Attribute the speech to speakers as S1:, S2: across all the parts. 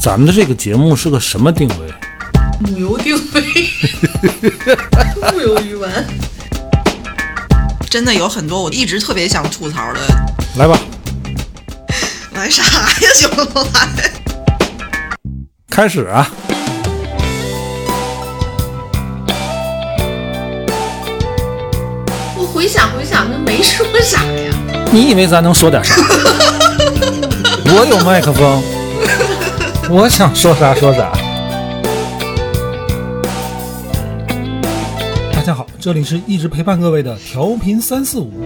S1: 咱们的这个节目是个什么定位？
S2: 母油定位，木有鱼丸。真的有很多我一直特别想吐槽的，
S1: 来吧，
S2: 来啥呀，行不来？
S1: 开始啊！
S3: 我回想回想，那没说啥呀。
S1: 你以为咱能说点啥？我有麦克风，我想说啥说啥。大家好，这里是一直陪伴各位的调频三四五，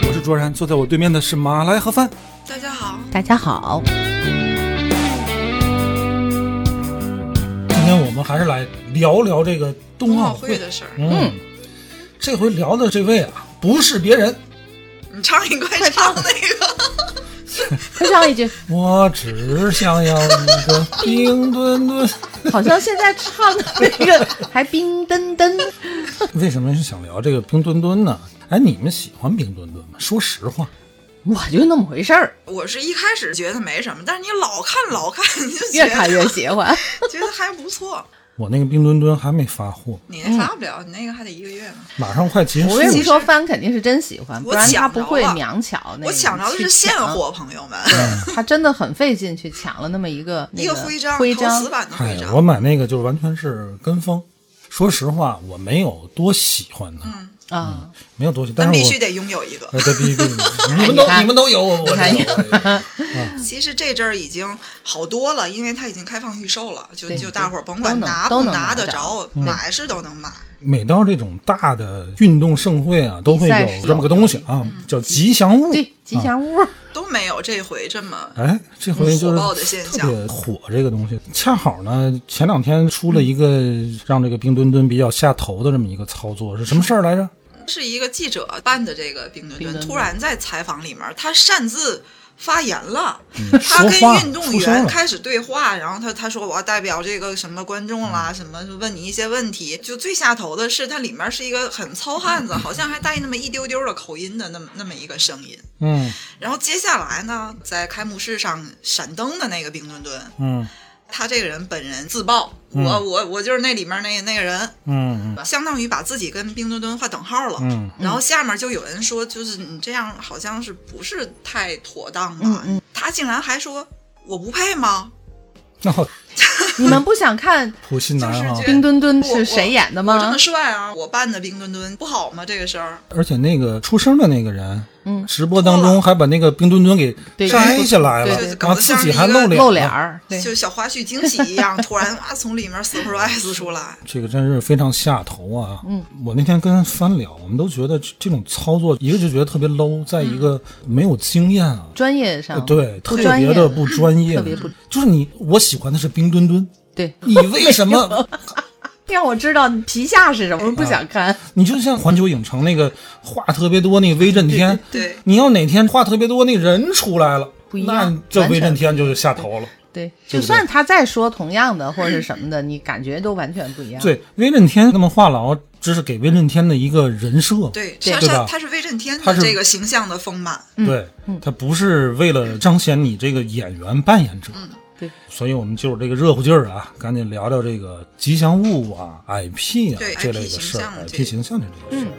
S1: 我是卓然，坐在我对面的是马来盒饭。
S2: 大家好，
S3: 大家好，
S1: 今天我们还是来聊聊这个冬
S2: 冬
S1: 奥
S2: 奥
S1: 会
S2: 会的事儿，
S1: 嗯，这回聊的这位啊，不是别人，
S2: 你唱一快唱那个，
S3: 再唱一句，
S1: 我只想要一个冰墩墩。
S3: 好像现在唱的那个 还冰噔噔。
S1: 为什么是想聊这个冰墩墩呢？ 哎，你们喜欢冰墩墩吗？说实话，
S3: 我就那么回事儿，
S2: 我是一开始觉得没什么，但是你老看老看，你就觉
S3: 越
S2: 得
S3: 看越喜 欢。
S2: 觉得还不错。
S1: 我那个冰墩墩还没发货，
S2: 你那发不了，你那个还得一个月呢。
S1: 马上快结束
S3: 我跟你
S1: 了。
S3: 说，帆肯定是真喜欢，不
S2: 我
S3: 然他
S2: 抢着
S3: 不会
S2: 了
S3: 娘巧。那
S2: 我
S3: 个
S2: 抢着的
S3: 去
S2: 是现
S3: 抢，
S2: 货，朋友们，
S3: 他真的很费劲去抢了那么一个那
S2: 一个
S3: 徽
S2: 徽章，
S3: 徽
S2: 陶
S3: 章
S2: 瓷。版的徽
S1: 哎
S2: 章，，
S1: 我买那个就是完全是跟风。说实话，我没有多喜欢它，
S3: 啊，
S1: 没有多喜，
S2: 那
S1: 但是
S2: 必
S1: 我
S2: 须得拥有一个。
S1: 哎，对，必须必须，你们
S3: 你
S1: 都
S3: 看
S1: 你们都有，我我
S3: 你看
S1: 没有。哎
S2: 其实这阵儿已经好多了，因为它已经开放预售了，就
S3: 对
S2: 就
S3: 对
S2: 大伙儿甭管
S3: 都能
S2: 拿
S3: 都
S2: 不
S3: 能
S2: 拿
S3: 拿
S2: 得
S3: 着
S2: 着，买是都能买。
S1: 每到这种大的运动盛会啊，都会
S3: 比赛是
S1: 有
S3: 有嗯
S1: 这么个东西啊，叫吉祥
S2: 嗯
S1: 物。
S3: 对，吉祥物。
S2: 都没有这回这么
S1: 哎，这回就
S2: 嗯火
S1: 是
S2: 爆的现象
S1: 特别火这个东西。恰好呢，前两天出了一个让这个冰墩墩比较下头的这么一个操作，是什么事儿来着？
S2: 是一个记者办的这个冰墩
S3: 冰
S2: 墩，
S3: 墩墩
S2: 突然在采访里面，他擅自发言了，他
S1: 嗯说
S2: 跟
S1: 话
S2: 运动
S1: 出声
S2: 员
S1: 了
S2: 开始对话，然后他他说我要代表这个什么观众啦，什么就问你一些问题。就最下头的是，它里面是一个很糙汉子，好像还带那么一丢丢的口音的那么那么一个声音。
S1: 嗯
S2: 然后接下来呢，在开幕式上闪灯的那个冰墩墩，
S1: 嗯
S2: 他这个人本人自曝，
S1: 嗯
S2: 我我我就是那里面那那个人，
S1: 嗯
S2: 相当于把自己跟冰墩墩画等号了。
S1: 嗯
S2: 然后下面就有人说，就是你这样好像是不是太妥当吧？
S3: 嗯嗯
S2: 他竟然还说我不配吗？
S1: 嗯，哦，
S3: 你们不想看
S1: 普信男啊
S2: 就是，觉得
S3: 冰墩墩
S2: 我
S3: 是谁演的
S2: 我这
S3: 吗
S2: 么？帅啊，我扮的冰墩墩不好吗？这个事儿，
S1: 而且那个出声的那个人，
S3: 嗯
S1: 直播当中还把那个冰墩墩给
S3: 对
S1: 摘下来了
S3: 对对，
S1: 然后自己还露脸，
S3: 露脸。儿，对，
S2: 就小花絮惊喜一样，突然哇从里面 surprise 出来。
S1: 这个真是非常下头啊！嗯，我那天跟翻聊，我们都觉得这这种操作，一个就觉得特别 low，再一个没有经验啊，
S3: 专业上
S1: 对，特
S3: 嗯不专
S1: 别
S3: 业
S1: 的不专业，
S3: 特别不
S1: 就是你，我喜欢的是冰墩墩，
S3: 对，
S1: 你为什 么？
S3: 让我知道你皮下是什么，
S1: 啊
S3: 不想看。
S1: 你就像环球影城那个话特别多那个威震天，
S2: 对
S1: 你要哪天话特别多那人出来了，
S3: 不一
S1: 那
S3: 样
S1: 这
S3: 完
S1: 威震
S3: 全
S1: 天就是下头了。
S3: 对，
S1: 对
S3: 就
S1: 不对
S3: 算他再说同样的或者是什么的，你感觉都完全不一样。，
S1: 对，威震天那么话痨，这是给威震天的一个人设，
S2: 对，
S3: 对
S2: 他
S1: 对
S2: 他
S1: 吧
S2: 他是威震天
S1: 他
S2: 的
S1: 是
S2: 这个形象的丰满，
S1: 对，
S2: 嗯
S1: 他不是为了彰显你这个演员扮演者。
S2: 嗯
S3: 对，
S1: 所以我们就这个热乎劲儿啊，赶紧聊聊这个吉祥物啊、IP 啊
S2: 对
S1: 这类的
S2: IP
S1: 事儿
S2: 形象
S1: ，IP
S2: 这嗯
S1: 形象这类的
S3: 嗯
S1: 事儿。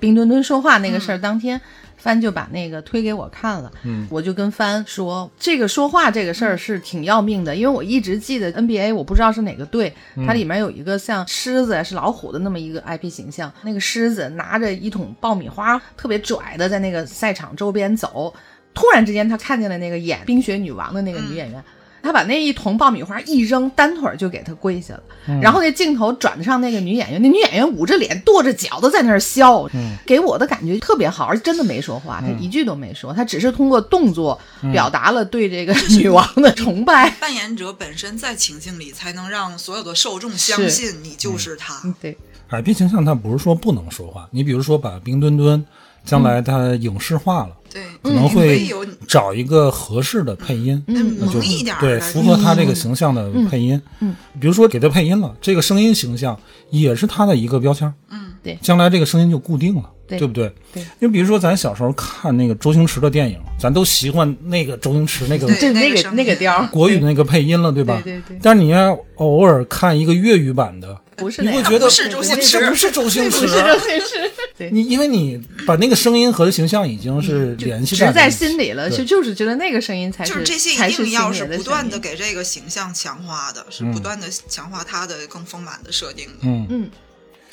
S3: 冰墩墩说话那个事儿，当天帆就把那个推给我看了，
S1: 嗯
S3: 我就跟帆说，这个说话这个事儿是挺要命的，因为我一直记得 NBA，我不知道是哪个队，
S1: 嗯
S3: 它里面有一个像狮子是老虎的那么一个 IP 形象，那个狮子拿着一桶爆米花，特别拽的在那个赛场周边走，突然之间他看见了那个演冰雪女王的那个女演员。
S2: 嗯
S3: 他把那一桶爆米花一扔，单腿儿就给她跪下了。
S2: 嗯
S3: 然后那镜头转上那个女演员，那女演员捂着脸、跺着脚的在那儿笑，
S2: 嗯
S3: 给我的感觉特别好，而真的没说话，她一句都没说，她只是通过动作表达了对这个女王的崇拜。
S2: 扮演者本身在情境里才能让所有的受众相
S3: 是
S2: 信你
S1: 嗯
S2: 就是他。
S3: 对，
S1: IP 形象它不是说不能说话，你比如说把冰墩墩将来它影视化了，
S2: 对，
S1: 可能
S2: 你可
S1: 会
S2: 以有
S1: 找一个合适的配音，
S2: 那
S3: 嗯
S1: 就
S2: 萌
S1: 是
S2: 一点儿
S1: 对
S2: 的，
S1: 符合他这个形象的配音。
S3: 嗯
S1: 比如说给他配音了，这个声音形象也是他的一个标签。
S2: 嗯，
S3: 对
S1: 将来这个声音就固定了。
S3: 对
S1: 不对？
S3: 对
S1: 因为比如说咱小时候看那个周星驰的电影，咱都习惯那个周星驰那个
S2: 对
S3: 对
S2: 那
S3: 那
S2: 个
S3: 个
S2: 声
S3: 那个
S2: 音嗯
S3: 调儿，
S1: 国语那个配音了，对吧？
S3: 对对对
S1: 但是你要偶尔看一个粤语版的，
S3: 不是
S1: 你
S3: 那
S1: 会
S3: 样
S1: 觉得
S2: 不是周星驰
S1: 这不是周星
S3: 不
S1: 驰啊
S3: 是，周 星驰，对，
S1: 你因为你把那个声音和形象已经是联系
S3: 直
S1: 在
S3: 在
S1: 一起
S3: 心里了，
S1: 对
S3: 就就是觉得那个声音才
S2: 就是这些
S3: 才
S2: 一
S3: 是
S2: 定要是
S3: 心里
S2: 不断
S3: 声
S2: 的
S3: 音
S2: 给这个形象强化的，是不断的强化它的更丰满的设定的。
S1: 嗯，
S3: 嗯，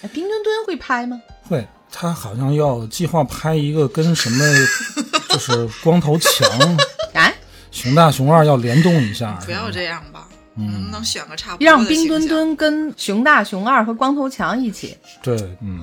S3: 哎冰墩墩会拍吗？
S1: 会，他好像要计划拍一个跟什么， 就是光头强、
S3: 哎，
S1: 熊大、熊二要联动一 下，
S2: 不要这样吧，能
S1: 嗯
S2: 不能选个差不多的
S3: 让冰墩
S2: 形象
S3: 墩跟熊大、熊二和光头强一起，
S1: 对，嗯，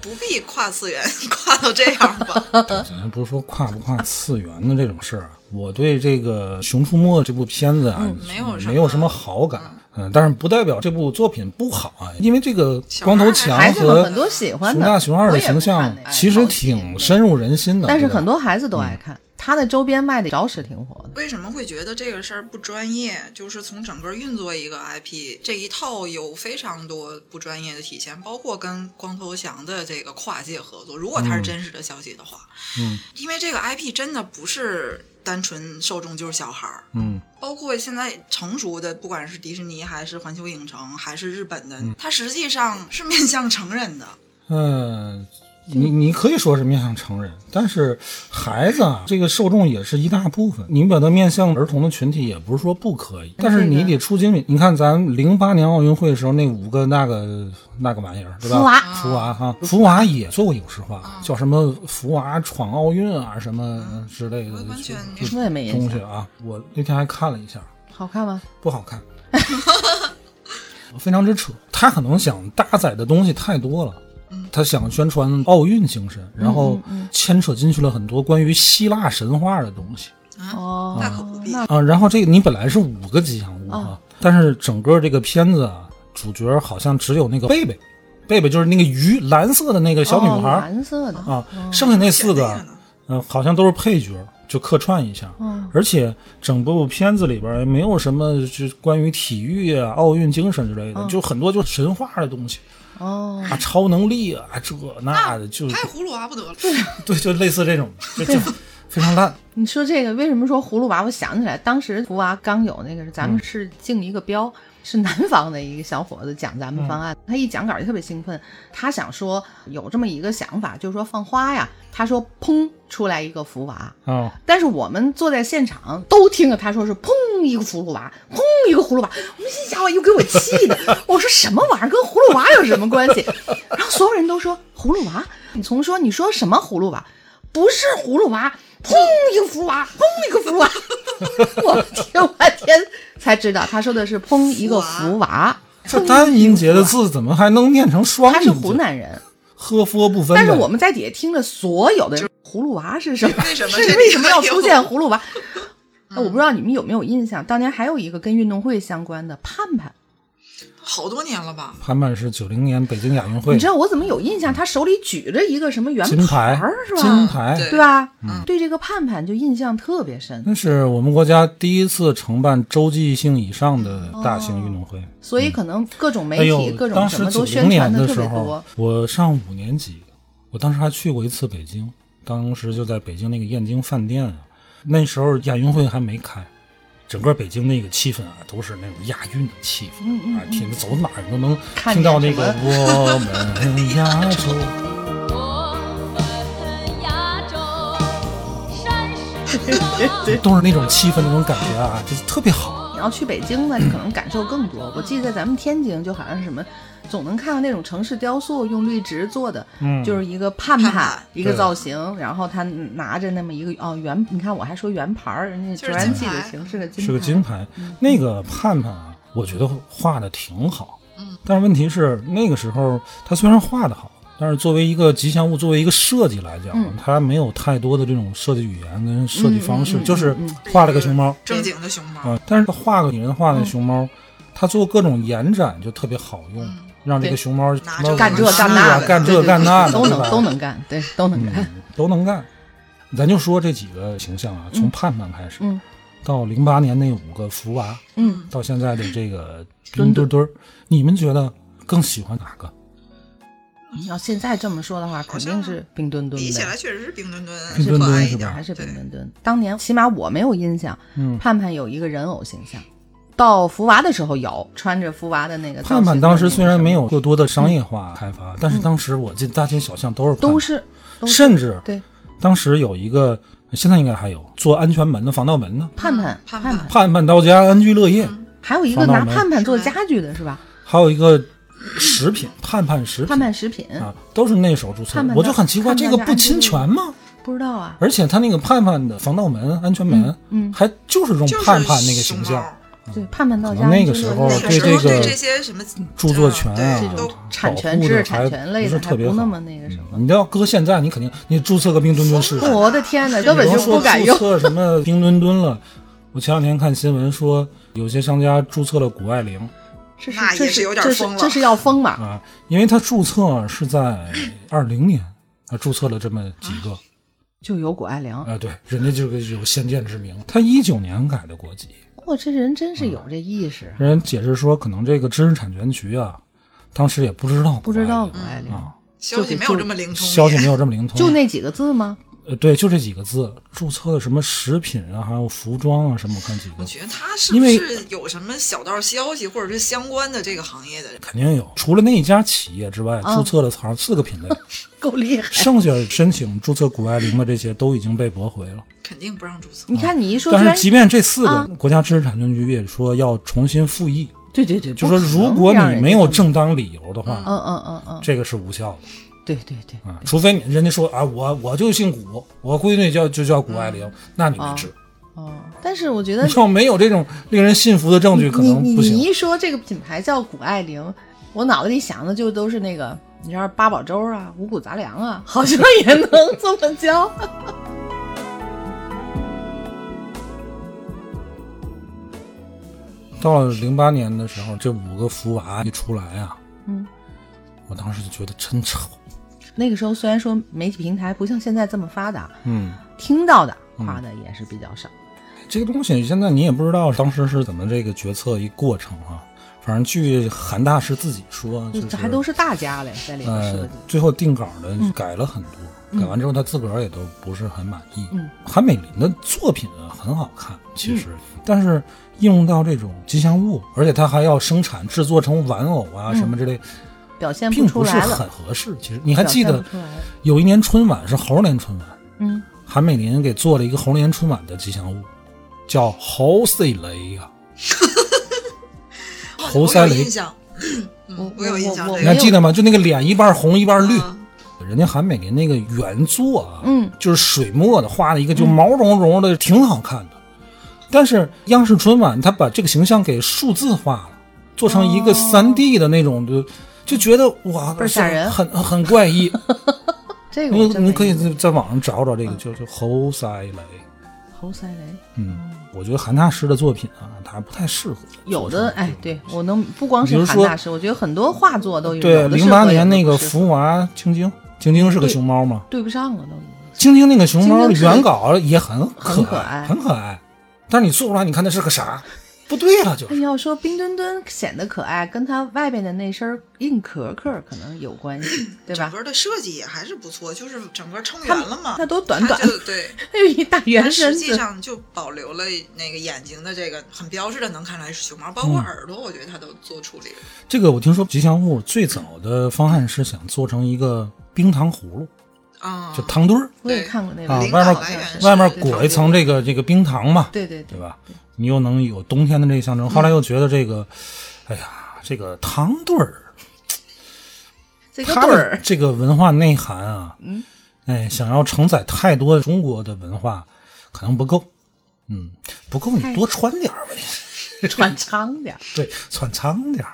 S2: 不必跨次元 跨到这样吧？
S1: 咱不是说跨不跨次元的这种事儿，啊我对这个《熊出没》这部片子啊，
S3: 嗯
S2: 没有什么
S1: 没有什么好感。嗯，但是不代表这部作品不好啊，因为这个
S2: 小
S1: 光头
S2: 孩
S1: 强
S3: 孩子们
S1: 和
S3: 很多喜欢
S1: 熊
S3: 的，
S1: 大、熊二
S3: 我
S1: 的
S3: 哎也
S1: 形
S3: 不看
S1: 象
S3: 那个
S1: 其实挺深入人心的，
S3: 但是
S1: 对吧嗯
S3: 很多孩子都爱看，他的周边卖的着实挺火的。
S2: 为什么会觉得这个事儿不专业？就是从整个运作一个 IP 这一套有非常多不专业的体现，包括跟光头强的这个跨界合作。如果它是真实的消息的话，
S1: 嗯，
S2: 因为这个 IP 真的不是单纯受众就是小孩儿，
S1: 嗯
S2: 包括现在成熟的，不管是迪士尼还是环球影城还是日本的，它实际上是面向成人的。
S1: 嗯。你你可以说是面向成人，但是孩子啊，这个受众也是一大部分。你把它面向儿童的群体，也不是说不可以，但是你得出精品。你看咱零八年奥运会的时候，那五个那个那个玩意儿，对吧？
S3: 福娃
S1: 福娃哈，福娃也做过影视化，叫什么福娃闯奥运啊，什么之类的
S2: 我完全没
S1: 嗯
S3: 我也没印
S1: 东西
S3: 象，
S1: 啊。我那天还看了一下，
S3: 好看吗？
S1: 不好看，非常之扯。他可能想搭载的东西太多了。他想宣传奥运精神，然后牵扯进去了很多关于希腊神话的东西
S3: 哦，
S2: 那可不必
S3: 那
S1: 啊。然后这个你本来是五个吉祥物啊，但是整个这个片子啊，主角好像只有那个贝贝，贝贝就是那个鱼，蓝色的那个小女孩
S3: 哦
S1: 儿、
S3: 蓝色的，
S1: 啊，剩下那四个
S2: 哦选那呢
S1: 嗯，好像都是配角，就客串一下。
S3: 嗯，
S1: 而且整部片子里边也没有什么就关于体育啊、奥运精神之类
S3: 嗯
S1: 的，就很多就神话的东西
S3: 哦，
S1: 啊、超能力啊这那的，就
S2: 拍葫芦娃不得了？
S1: 对，就类似这 种，就就非常烂。
S3: 你说这个为什么说葫芦娃？我想起来，当时葫芦娃刚有那个，咱们是竞一个标，是南方的一个小伙子讲咱们方案，他一讲稿就特别兴奋，他想说有这么一个想法，就是说放花呀，他说砰出来一个福娃。
S1: 啊，
S3: 但是我们坐在现场都听着他说是砰一个葫芦娃，砰一个葫芦娃，我们这家伙又给我气的，我说什么玩意儿，跟葫芦娃有什么关系？然后所有人都说葫芦娃，你从说你说什么葫芦娃，不是葫芦娃，砰一个葫芦娃，砰一个葫芦娃， 我听半天才知道他说的是砰一个福娃，
S1: 这单音节的字怎么还能念成双
S3: 他
S1: 音节？
S3: 是湖南人，
S1: 喝佛不分的。
S3: 但是我们在底下听着所有的人葫芦娃是什么？
S2: 为什么
S3: 是
S2: 这
S3: 为什么要出现葫芦娃？
S2: 嗯
S3: 那我不知道你们有没有印象，当年还有一个跟运动会相关的盼盼，
S2: 好多年了吧？
S1: 潘盼是九零年北京亚运会
S3: 你知道我怎么有印象？他手里举着一个什么圆
S1: 金
S3: 盘
S1: 牌
S3: 儿是，
S1: 金
S3: 吧？
S1: 牌。嗯
S2: 对
S3: 对吧？对这个盼盼就印象特别深，
S1: 那是我们国家第一次承办洲际性以上的大型运动会。
S3: 所以可能各种
S1: 嗯
S3: 媒
S1: 哎
S3: 体、
S1: 呦，
S3: 各种
S1: 当
S3: 什
S1: 时
S3: 么
S1: 九
S3: 都
S1: 零
S3: 宣
S1: 年
S3: 传
S1: 的
S3: 特
S1: 时
S3: 别
S1: 候
S3: 多。，
S1: 我上五年级，我当时还去过一次北京，当时就在北京那个燕京饭店啊，那时候亚运会还没开。整个北京那个气氛啊，都是那种亚运的气氛、啊，听走哪儿都能
S3: 嗯看
S1: 听
S3: 见
S1: 到
S3: 什
S1: 那个
S3: 么
S1: 我们亚 洲。
S4: 我们亚洲山石高。
S1: 都是那种气氛，那种感觉啊，就是特别好。
S3: 你要去北京呢，你可能感受更多。我记得在咱们天津，就好像是什么，总能看到那种城市雕塑，用绿植做的，
S1: 嗯
S3: 就是一个盼
S2: 盼
S3: 盼
S2: 盼
S3: 一个
S1: 对
S3: 造型，然后他拿着那么一个哦圆，你看我还说圆盘儿，人家
S2: 就是
S3: 九然
S2: 金
S3: 记的
S2: 牌
S3: 形是个金牌，
S1: 是个金牌。那个盼盼啊，我觉得画的挺好。
S3: 嗯
S1: 但是问题是，那个时候他虽然画的好，但是作为一个吉祥物，作为一个设计来讲，
S3: 嗯
S1: 他没有太多的这种设计语言跟设计方式，
S3: 嗯嗯嗯
S1: 就是画了个熊猫
S2: 正经的熊猫，
S1: 啊、但是他画个拟人化的熊猫，
S3: 嗯
S1: 他做各种延展就特别好用，让这个
S3: 对
S1: 熊猫
S2: 拿
S1: 什么
S2: 着
S3: 干这
S1: 纹丝
S3: 干
S1: 啊
S3: 那的，
S1: 干
S3: 对
S1: 这
S3: 对
S1: 干
S3: 对
S1: 那的
S3: 都
S1: 对吧嗯
S3: 能都能干，对，都能干。
S1: 都能干。咱就说这几个形象啊，从盼盼开始，
S3: 嗯
S1: 到零八年那五个福娃，
S3: 嗯，
S1: 到现在的这个冰墩墩儿，你们觉得更喜欢哪个？
S3: 你要现在这么说的话，肯定是冰墩墩
S2: 比起
S3: 的
S2: 来，确实是冰墩墩
S1: 冰
S2: 可
S1: 墩
S2: 爱
S1: 墩
S2: 一
S1: 是
S2: 点
S1: 吧
S2: 儿，
S3: 还是
S2: 对
S3: 冰墩墩。当年起码我没有印象，
S1: 啊嗯
S3: 盼盼有一个人偶形象。到福娃的时候有穿着福娃的那个造型
S1: 盼盼当时虽然没
S3: 有，
S1: 有过多的商业化开发，但是当时我记得大街小巷都是盼
S3: 嗯都
S1: 盼
S3: 是都是
S1: 甚至
S3: 对
S1: 当时有一个，现在应该还有做安全门的、防盗门的，
S3: 盼盼
S2: 盼
S3: 盼
S2: 嗯盼
S3: 盼，
S1: 盼盼到家安居乐业，
S3: 还有一个
S1: 防盗
S3: 拿
S1: 门
S3: 盼盼做
S2: 是吧
S3: 家具的是吧？
S1: 还有一个食品盼盼食品
S3: 盼盼食品
S1: 啊，都是那时候注册
S3: 盼
S1: 的。
S3: 盼
S1: 我就
S3: 到
S1: 很奇怪，
S3: 盼
S1: 这
S3: 盼
S1: 个
S3: 到
S1: 不
S3: 安居
S1: 侵
S3: 乐业
S1: 权吗？
S3: 不知道啊，
S1: 而且他那个盼盼的防盗门、安全门，
S3: 嗯
S1: 还就是用
S2: 就是
S1: 盼盼那个
S2: 熊
S1: 形
S2: 猫
S1: 象，
S3: 对盼盼到
S1: 啊可
S3: 家
S1: 能那个时候
S2: 那
S1: 哦
S2: 个
S1: 对
S2: 时候
S1: 这个
S2: 这些什么
S1: 著作权啊
S2: 对
S3: 这
S2: 都嗯
S3: 种产权
S1: 保护
S3: 制、
S1: 的
S3: 产权类
S1: 还不
S3: 的
S1: 是
S3: 还
S1: 特别
S3: 不那
S1: 好嗯
S3: 么那个什么。
S1: 你要搁现在，你肯定你注册个冰墩墩试试，
S3: 我的天哪，根本
S1: 比
S3: 就
S1: 方说
S3: 不敢
S1: 注
S3: 用。
S1: 册什么冰墩墩了。我前两天看新闻说，有些商家注册了谷爱凌
S3: 这是
S2: 那
S3: 这
S2: 也是有点
S3: 这
S2: 疯
S3: 是
S2: 了
S3: 这是要疯嘛？
S1: 啊，因为他注册啊是 在二零年，他注册了这么几个
S3: 就有谷爱凌，
S1: 啊，对，人家这个有先见之明。他一九年改的国籍，
S3: 哇，这人真是
S1: 嗯
S3: 有这意识，
S1: 人解释说可能这个知识产权局啊，当时也不知道
S3: 不
S1: 谷爱凌，
S3: 知道谷爱凌
S1: 啊，嗯
S2: 消息没有这么灵通，
S1: 消息没有这么灵通，
S3: 就那几个字吗？
S1: 呃，对，就这几个字，注册的什么食品啊，还有服装啊什么，我看几
S2: 我
S1: 个
S2: 觉得他是不是有什么小道消息，或者是相关的这个行业的人？
S1: 肯定有。除了那一家企业之外，
S3: 啊
S1: 注册了好像四个 品类，
S3: 够厉害！
S1: 剩下申请注册谷爱凌的这些都已经被驳回了。
S2: 肯定不让注册。
S3: 你看你一说，居
S1: 但
S3: 然
S1: 是即便这四个
S3: 啊
S1: 国家知识产权局也说要重新复议，
S3: 对对对，
S1: 就
S3: 不
S1: 说
S3: 可能
S1: 如果
S3: 让人
S1: 你
S3: 家
S1: 没有
S3: 哦啊这么，
S1: 正当理由的话，
S3: 嗯嗯嗯嗯，
S1: 这个是无效的。
S3: 对对对，
S1: 啊，除非你人家说啊，我我就姓谷，我闺女叫就叫谷爱凌，那你没治。
S3: 嗯哦，但是我觉得
S1: 要没有这种令人信服的证据，可
S3: 你
S1: 能
S3: 你
S1: 不
S3: 你
S1: 行。
S3: 一说这个品牌叫谷爱凌，我脑子里想的就都是那个，你知道八宝粥啊、五谷杂粮啊， 好像也能这么叫。
S1: 到了零八年的时候，这五个福娃一出来啊，
S3: 嗯，
S1: 我当时就觉得真丑。
S3: 那个时候虽然说媒体平台不像现在这么发达，
S1: 嗯，
S3: 听到的夸的也是比较少。
S1: 这个东西现在你也不知道当时是怎么这个决策一过程啊。反正据韩大师自己说，就
S3: 这嗯还都
S1: 是
S3: 是大家嘞，在里面设
S1: 呃
S3: 计。，嗯
S1: 最后定稿的改了很多。改完之后，他自个儿也都不是很满意。
S3: 嗯
S1: 韩美林的作品啊很好看，其实，但是应用到这种吉祥物，而且他还要生产制作成玩偶
S3: 嗯
S1: 啊、什么之类，
S3: 表现
S1: 并
S3: 出
S1: 不是
S3: 来了
S1: 很，合适。其实你还记
S3: 表
S1: 得
S3: 现不出来了
S1: 有一年春晚是猴年春晚，
S3: 嗯，
S1: 韩美林给做了一个猴年春晚的吉祥物，叫猴赛雷啊呀、
S2: 哦
S1: 侯
S2: 我
S1: 赛
S2: 有
S1: 雷
S2: 印象，嗯
S3: 我
S2: 我有印象
S3: 我
S2: 这
S1: 你
S2: 个
S1: 还记得吗？就那个脸一半红一半绿，
S2: 嗯
S1: 人家韩美林那个原作啊，
S3: 嗯，
S1: 就是水墨的，画的一个就毛茸茸的，挺好看的。但是央视春晚他把这个形象给数字化了，做成一个三 D 的那种，就就觉得哇，
S3: 哦倍儿吓人
S1: 很很怪 异。
S3: 这个
S1: 你
S3: 哎我真
S1: 你
S3: 没嗯
S1: 可以
S3: 印象
S1: 在在网上找找这个，就就侯赛雷。
S3: 侯赛雷
S1: 嗯，我觉得韩大师的作品啊，他不太适合
S3: 有
S1: 做
S3: 的
S1: 成
S3: 哎，对我能不光
S1: 比
S3: 是
S1: 如
S3: 韩
S1: 说
S3: 大师，我觉得很多画作都有。
S1: 对
S3: 有的
S1: 零
S3: 适合
S1: 八
S3: 有的
S1: 年那
S3: 不
S1: 个
S3: 适合
S1: 福娃晶晶，晶晶是个熊猫嘛？
S3: 对不上了都已经。
S1: 晶晶那个熊猫
S3: 晶晶是个
S1: 原稿也很
S3: 很可
S1: 可
S3: 爱
S1: 很可爱，但是你做出来，你看它是个啥？不对了，就
S3: 那
S1: 是。
S3: 要说冰墩墩显得可爱，跟它外边的那身硬壳壳可能有关 系，对
S2: 整
S3: 吧？
S2: 个的设计也还是不错，就是整个撑
S3: 它
S2: 圆了嘛，
S3: 它都短短
S2: 它就对，
S3: 它有一大
S2: 它
S3: 圆身
S2: 实际
S3: 子，
S2: 上就保留了那个眼睛的这个很标志的，能看出来是熊猫，包括
S3: 嗯
S2: 耳朵，我觉得它都做处理了。
S1: 这个我听说吉祥物最早的方案是想做成一个冰糖葫芦，
S2: 啊，
S1: 就糖墩儿，
S3: 我也看过那
S1: 啊
S3: 个
S2: 灵
S1: 外面
S2: 感来源是
S1: 外面裹一层这个这个冰糖嘛，
S3: 对对对
S1: 对，吧？你又能有冬天的这个象征。后来又觉得这个，哎呀，这个糖墩儿
S3: 这个
S1: 它
S3: 对
S1: 的
S3: 儿，
S1: 这个文化内涵啊，嗯，哎，想要承载太多中国的文化，可能不够，嗯，不够你多穿点儿呗，
S3: 穿长点儿，
S1: 对，穿长点儿。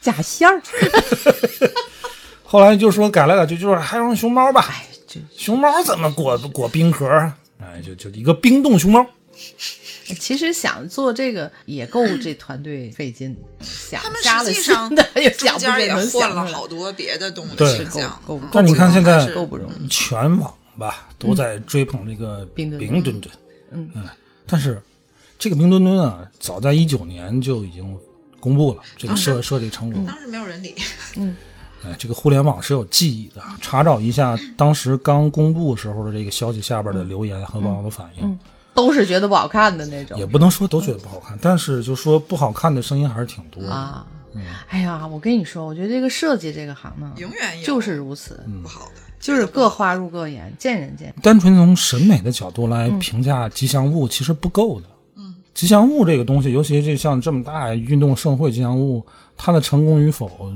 S3: 假线儿，
S1: 后来就说改来改去，就是还用熊猫吧，
S3: 哎，这
S1: 熊猫怎么裹裹冰壳儿啊？哎，就就一个冰冻熊猫，
S3: 其实想做这个也够这团队费劲，想
S2: 他们
S3: 加了
S2: 实际上
S3: 新的 也
S2: 中
S3: 想不
S2: 间
S3: 见
S2: 也
S3: 能
S2: 换
S3: 想
S2: 了
S3: 出来
S2: 好多别的动物
S1: 对
S2: 的形象，
S3: 够
S2: 嗯
S3: 够够
S1: 但你看现在
S2: 还是
S3: 够不容易。
S1: 全网吧都在追捧这个
S3: 嗯冰墩墩
S1: 冰墩墩，嗯但是这个冰墩墩啊，早
S3: 哦嗯
S1: 在一九年就已经公布了这个设设计成果，
S2: 当时没有人理，
S1: 哎，这个互联网是有记忆的。啊查找一下当时刚公布时候的这个消息下边的
S3: 嗯
S1: 留言和网友的反应，
S3: 都是觉得不好看的那种
S1: 也不能说都觉得不好看，但是就说不好看的声音还是挺多的。
S3: 啊。
S1: 嗯
S3: 哎呀，我跟你说，我觉得这个设计这个行当
S2: 永远有
S3: 就是如此，
S1: 嗯
S2: 不好的。
S3: 就是各花入各眼，见仁见智。
S1: 单纯从审美的角度来评价吉祥物，其实不够的。嗯，吉祥物这个东西，尤其这像这么大运动盛会吉祥物，它的成功与否，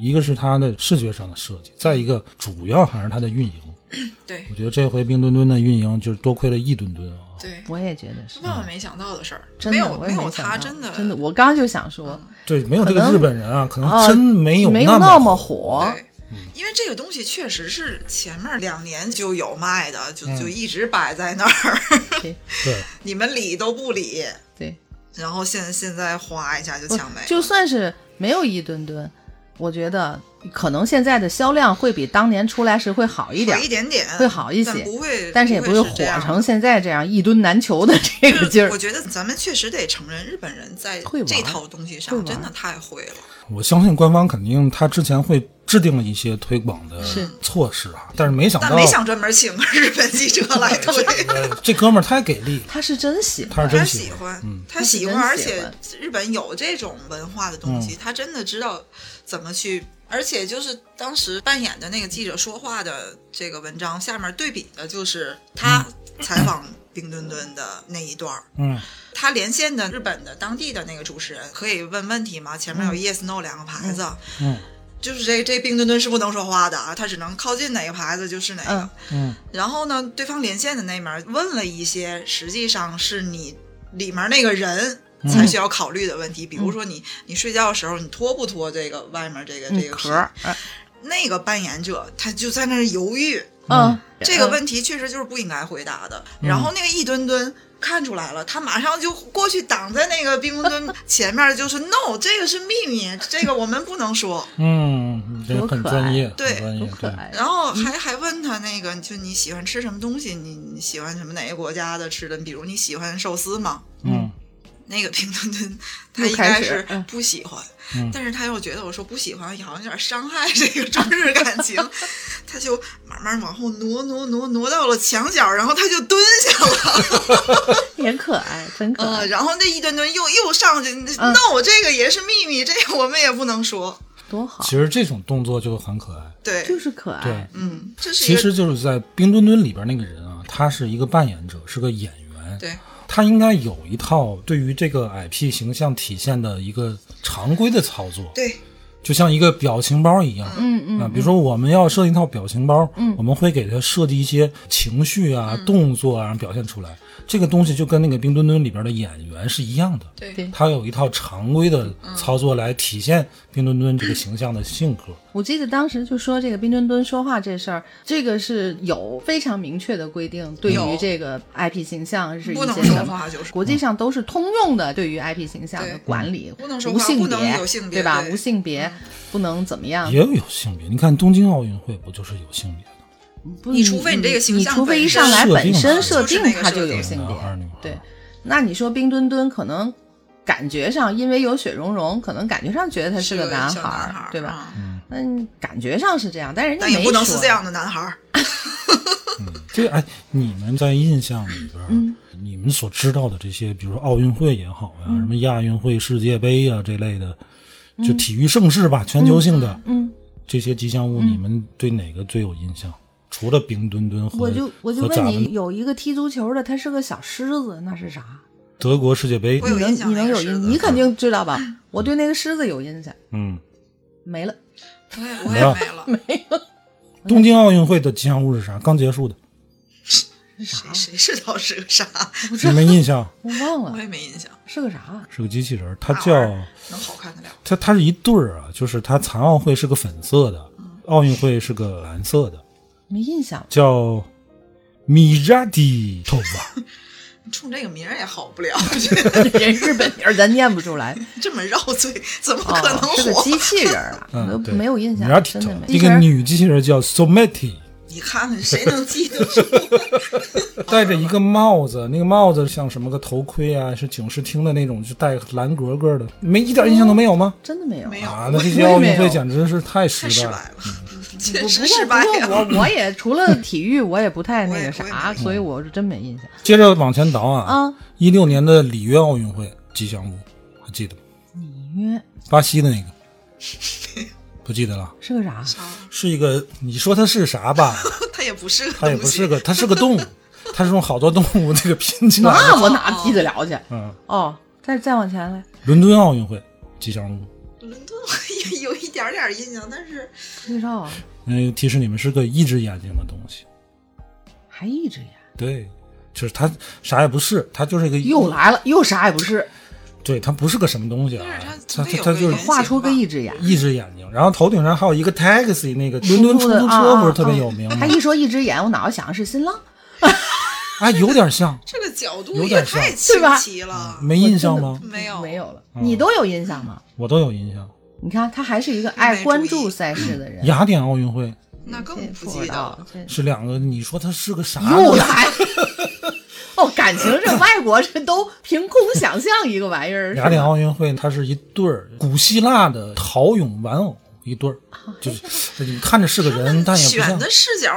S1: 一个是它的视觉上的设计，再一个主要还是它的运营。
S2: 对
S3: 嗯
S1: 我觉得这回冰墩墩的运营就是多亏了一墩墩啊。
S2: 对，
S3: 我也觉得是，
S2: 万万没想到的事儿，
S3: 真
S2: 没
S3: 的，
S2: 有
S3: 我
S2: 没
S3: 也没
S2: 有
S3: 想到
S2: 他，真的嗯
S3: 真的，我刚就想说，
S1: 对，没有这个
S3: 可能哦
S1: 日本人啊，可能
S3: 啊，
S1: 真没有
S3: 没
S1: 那么
S3: 那么
S1: 火。
S3: 火，
S2: 对，因为这个东西确实是前面两年就有卖的，
S3: 嗯
S2: 就就一直摆在那儿，
S3: 对
S1: 对，
S2: 你们理都不理，
S3: 对，
S2: 然后现现在哗一下就
S3: 不
S2: 抢没了，
S3: 就算是没有一吨吨，我觉得可能现在的销量会比当年出来时会好一点
S2: 好，一点点
S3: 会好一
S2: 但
S3: 些
S2: 不会，
S3: 但是也不
S2: 会
S3: 会
S2: 是
S3: 火
S2: 这样
S3: 成现在这样一吨难求的这个劲儿
S2: 我。觉得咱们确实得承认，日本人在
S3: 会玩
S2: 这套东西
S3: 会
S2: 上
S3: 玩
S2: 真的太会了。
S1: 我相信官方肯定他之前会制定了一些推广的
S3: 是
S1: 措施啊，但是没想
S2: 但
S1: 到呃
S2: 没想专门请个日本记者 来推，
S1: 这哥们儿太给力了，
S3: 他是真喜欢，
S1: 他是
S2: 他
S1: 真
S2: 喜
S1: 欢。
S2: 欢，他
S3: 他是
S2: 喜
S3: 真
S2: 欢，而
S3: 喜
S2: 且
S3: 欢
S2: 日本有这种文化的东
S3: 嗯
S2: 西，他真的知道怎么去。而且就是当时扮演的那个记者说话的这个文章下面对比的就是他
S3: 嗯
S2: 采访冰墩墩的那一段儿，
S1: 嗯，
S2: 他连线的日本的当地的那个主持人可以问问题吗？前面
S3: 嗯
S2: 有 yes no 两个牌子，
S1: 嗯，
S2: 就是这这冰墩墩是不能说话的啊，他只能靠近哪个牌子就是哪个。
S3: 嗯
S1: 嗯，
S2: 然后呢，对方连线的那面问了一些，实际上是你里面那个人。
S3: 嗯
S2: 才需要考虑的问题，比如说你你睡觉的时候你脱不脱这个外面这个这
S3: 嗯
S2: 个
S3: 壳儿，
S2: 皮那个扮演者他就在那儿犹豫，
S3: 嗯，
S2: 这个问题确实就是不应该回答的。然后那个一墩墩看出来了，他马上就过去挡在那个冰墩 墩前面，就是 no，这个是秘密，这个我们不能 说。
S1: 嗯，这
S3: 多
S1: 很
S3: 可
S1: 专
S3: 爱
S1: 业，
S2: 对
S1: 很专业
S3: 多，可
S1: 对，
S3: 爱。
S2: 然后还还问他那个，就你喜欢吃什么东西？你你喜欢什么哪个国家的吃的？比如你喜欢寿司吗？
S1: 嗯
S2: 那个冰墩 墩他
S3: 又
S2: 应
S3: 开
S2: 该
S3: 始
S2: 是
S3: 嗯
S2: 不喜欢，
S1: 嗯
S2: 但是他又觉得我说不喜欢好像有点伤害这个中日感 情，他就慢慢往后挪挪挪挪到了墙角，然后他就蹲下了。
S3: 也可爱，真可
S2: 嗯，
S3: 爱，
S2: 然后那一吨吨又又上去，
S3: 嗯
S2: 那我这个也是秘密，这个我们也不能说。
S3: 多好
S1: 其，实这种动作就很可爱。
S2: 对，
S3: 就是可爱
S1: 对。
S2: 嗯，这是
S1: 其
S2: 一个
S1: 实就是在《冰墩墩》里边那个人啊，他是一个扮演者，是个演员，
S2: 对
S1: 他应该有一套对于这个 IP 形象体现的一个常规的操作，
S2: 对
S1: 就像一个表情包一样。
S3: 嗯
S1: 啊，
S3: 嗯，
S1: 比如说我们要设计一套表情包，嗯，我们会给它设计一些情绪啊、动作啊，然后表现出来。这个东西就跟那个冰墩墩里边的演员是一样的，
S2: 对
S3: 对
S1: 它有一套常规的
S3: 嗯
S1: 操作来体现冰墩墩这个形象的性格。
S3: 我记得当时就说这个冰墩墩说话这事儿，这个是有非常明确的规定，对
S2: 有
S3: 于这个 IP 形象是一
S2: 不能
S3: 些
S2: 说
S3: 什么。
S2: 话就是
S3: 国际上都是通用的，对于 IP 形象
S2: 对
S3: 的管理，
S2: 不能说
S3: 无
S2: 话
S3: 性
S2: 不能
S3: 别，
S2: 有性别
S3: 对吧？
S2: 对嗯
S3: 无性别，不能怎么样
S1: 也。有性别，你看东京奥运会不就是有性别的？
S3: 不
S2: 你除非你这个形
S3: 你
S2: 象
S3: 除非一
S2: 本身
S3: 上来
S1: 设
S3: 本
S1: 定啊是
S3: 身设
S2: 就是
S3: 定
S2: 那个
S3: 它
S2: 设
S3: 就有
S2: 定
S3: 性
S1: 男孩儿
S3: 别，
S1: 女孩儿
S3: 对，那你说冰墩墩可能感觉上，因为有雪融融，可能感觉上觉得他是个男
S2: 小男
S3: 孩儿
S2: 孩，，
S3: 对吧？？
S2: 嗯
S3: 嗯，感觉上是这样，但人家
S2: 但也
S3: 没
S2: 不能
S3: 说
S2: 是这样的男孩儿。
S1: 这哎，你们在印象里边，
S3: 嗯
S1: 你们所知道的这些，比如说奥运会也好
S3: 嗯
S1: 呀、什么亚运会、世界杯呀、这类的，就体育盛事吧，全球性的，
S3: 嗯，
S1: 这些吉祥物，你们对哪个最有印象？除了冰墩墩和
S3: 我就我就
S1: 和咱
S3: 问
S1: 们
S3: 你，有一个踢足球的，他是个小狮子，那是啥？
S1: 德国世界杯
S2: 我，
S3: 你
S2: 有
S3: 能
S2: 印象
S3: 你能
S2: 那个
S3: 有
S2: 狮子嗯
S3: 印，你肯定知道吧？我对那个狮子有印象，
S1: 嗯，
S3: 没了。
S2: 我也我也没了，
S1: 东京奥运会的吉祥物是啥？刚结束的，
S2: 谁谁知道是个啥？
S1: 你 没印象？
S3: 我忘
S2: 我
S3: 了
S2: 也没印象。
S3: 是个啥，
S1: 是个机器人儿，它
S2: 哪
S1: 叫
S2: 玩意儿能好看得了？
S1: 它它是一对儿啊，就是它残奥会是个粉色的，
S3: 嗯
S1: 奥运会是个蓝色的，
S3: 没印象。
S1: 叫米扎迪头 发，
S2: 冲这个名儿也好不了，
S3: 人日本名儿咱念不出来，
S2: 这么绕嘴，怎么
S3: 哦
S2: 可能，
S3: 是个
S2: 火？
S3: 机器人儿啊，我
S1: 嗯，
S3: 都
S1: 对，
S3: 没有印象
S1: 米扎，迪
S3: 真
S1: 头
S3: 的没。
S1: 一个女机器人叫 Someti，
S2: 你看看谁能记 得住？
S1: 戴着一个帽子，那个帽子像什么个头盔啊，是警视厅的那种，就带蓝格格的，没一点印象都没有吗？
S3: 真的没有。
S2: 没有
S1: 啊，那这
S2: 我
S1: 些
S3: 我也
S1: 奥运
S3: 没
S1: 会
S3: 有
S1: 简直是太失
S2: 太失
S1: 败
S2: 败
S1: 了。
S2: 了， 确
S1: 嗯
S3: 不
S2: 实
S3: 不
S2: 失败
S3: 过不过
S2: 了。
S3: 我我也除了体育，我也不太
S2: 我
S3: 那
S2: 也
S3: 个
S2: 我也
S3: 啥，
S2: 没
S3: 所以我是真没印象。
S1: 接着往前倒啊
S3: 啊，
S1: 一六、年的里约奥运会吉祥物还记得吗？
S3: 里约
S1: 巴西的那个不记得了，
S3: 是个啥？
S1: 是一个你说它是啥吧？
S2: 他也不是个东西，
S1: 它也不是个，它是个动物，它是用好多动物这个拼起来的。
S3: 啊那我哪记得了去？
S1: 嗯，
S3: 哦，再再往前来，
S1: 伦敦奥运会吉祥物，
S2: 伦敦，我也有一点点印象，但是
S3: 介绍啊，
S1: 嗯，提示你们是个一只眼睛的东西。
S3: 还一只眼，
S1: 对，就是它啥也不是，它就是一个
S3: 又，来了，又啥也不是，
S1: 对，它不是个什么东西啊
S2: 但，
S1: 它
S2: 是
S1: 它
S2: 它总得
S1: 它
S2: 有个
S1: 就是
S2: 原
S3: 画出个一只眼。
S1: 一只眼睛，然后头顶上还有一个 taxi，那个伦敦出租
S3: 啊
S1: 车不是特别有名
S3: 他
S1: 吗？
S3: 一说一只眼，我脑子想的是新浪，
S1: 啊，有点像，
S2: 这个角度
S1: 有
S2: 也
S1: 点像
S2: 太
S3: 对
S2: 清
S3: 吧
S2: 奇了。
S1: 没印象吗？
S2: 没有
S3: 没有了。你都有印象吗？
S1: 我都有印象。
S3: 你看，他还是一个爱关注赛事的人。
S1: 雅典奥运会
S2: 那更
S3: 这
S2: 不
S3: 不
S2: 记
S3: 知
S2: 得
S3: 道
S2: 了。，
S3: 这
S1: 是两个，你说它是个啥？
S3: 又 来。哦，感情这外国人都凭空想象一个玩意 儿，
S1: 雅典奥运会它是一对儿古希腊的陶俑玩偶一对儿，就是你看着是个人，但也不
S2: 选
S1: 像
S2: 的。视角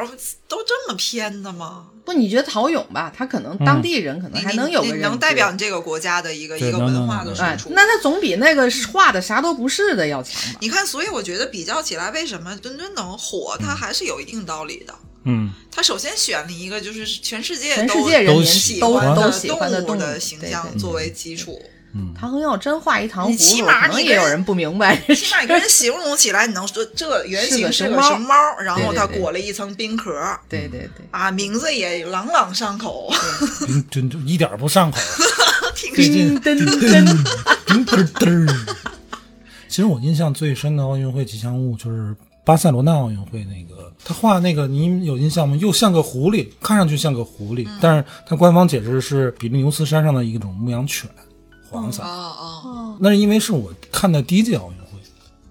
S2: 都这么偏的吗？
S3: 不，你觉得陶俑吧，他可能当地人可能
S2: 你
S3: 还能有
S2: 嗯你
S3: 个
S2: 你
S3: 人
S2: 能
S3: 知
S2: 代表你这个国家的一个
S1: 对
S2: 一个
S1: 能能
S2: 文化
S1: 能
S2: 的输
S3: 哎
S2: 出，。
S3: 那他总比那个画的啥都不是的要强吧？
S2: 你看，所以我觉得比较起来，为什么伦敦能火，它还是有一定道理的。
S1: 嗯，
S2: 它首先选了一个就是全世界
S3: 全
S2: 都
S3: 世界人
S1: 都
S3: 民
S1: 喜
S3: 都
S2: 欢
S3: 都
S2: 的
S3: 喜欢
S2: 动
S3: 动
S2: 物
S3: 物
S2: 的形象作。为基础。
S3: 他要真画一糖
S2: 你
S3: 葫
S2: 起
S3: 芦，
S2: 码
S3: 可能
S2: 你
S3: 也
S2: 跟
S3: 有人不明白。
S2: 起码你跟人形容起来，你能说这原型
S3: 是
S2: 是
S3: 个
S2: 个
S3: 熊
S2: 熊猫，然后
S3: 对
S2: 它
S3: 对对
S2: 裹了一层冰壳，
S3: 对对对，
S2: 啊，名字也朗朗上 口，
S1: 真真就一点儿不上口，
S2: 挺
S1: 最近
S3: 噔噔，
S1: 噔噔噔。其实我印象最深的奥运会吉祥物就是巴塞罗那奥运会那个，他画那个你有印象吗？又像个狐狸，看上去像个狐狸，但是他官方解释是比利牛斯山上的一种牧羊犬，黄色
S2: 哦。 哦，
S1: 那是因为是我看的第一届奥运会，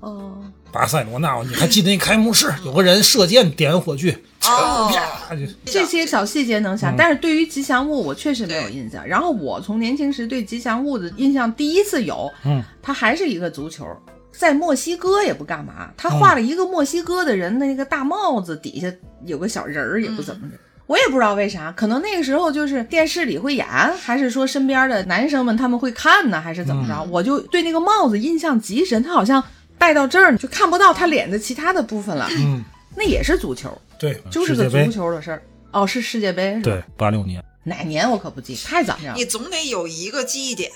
S2: 嗯
S3: 哦，
S1: 巴塞罗那，你还记得那开幕式有个人射箭点火炬，
S2: 哦
S1: 啪就
S3: 这些小细节能想，但是对于吉祥物我确实没有印象。然后我从年轻时对吉祥物的印象，第一次有，
S1: 嗯，
S3: 它还是一个足球。在墨西哥也不干嘛，他
S1: 嗯
S3: 画了一个墨西哥的人的那个大帽子底下有个小人儿，也不
S2: 嗯
S3: 怎么着。我也不知道为啥，可能那个时候就是电视里会演，还是说身边的男生们他们会看呢，还是怎么着？
S1: 嗯
S3: 我就对那个帽子印象极深，他好像戴到这儿就看不到他脸的其他的部分了。
S1: 嗯，
S3: 那也是足球，
S1: 对，
S3: 嗯就是
S1: 世
S3: 个
S1: 界杯
S3: 足，球的事儿。哦，是世界杯是吧？
S1: 对，八六年，
S3: 哪年我可不记，太早了
S2: 你。总得有一个记忆点。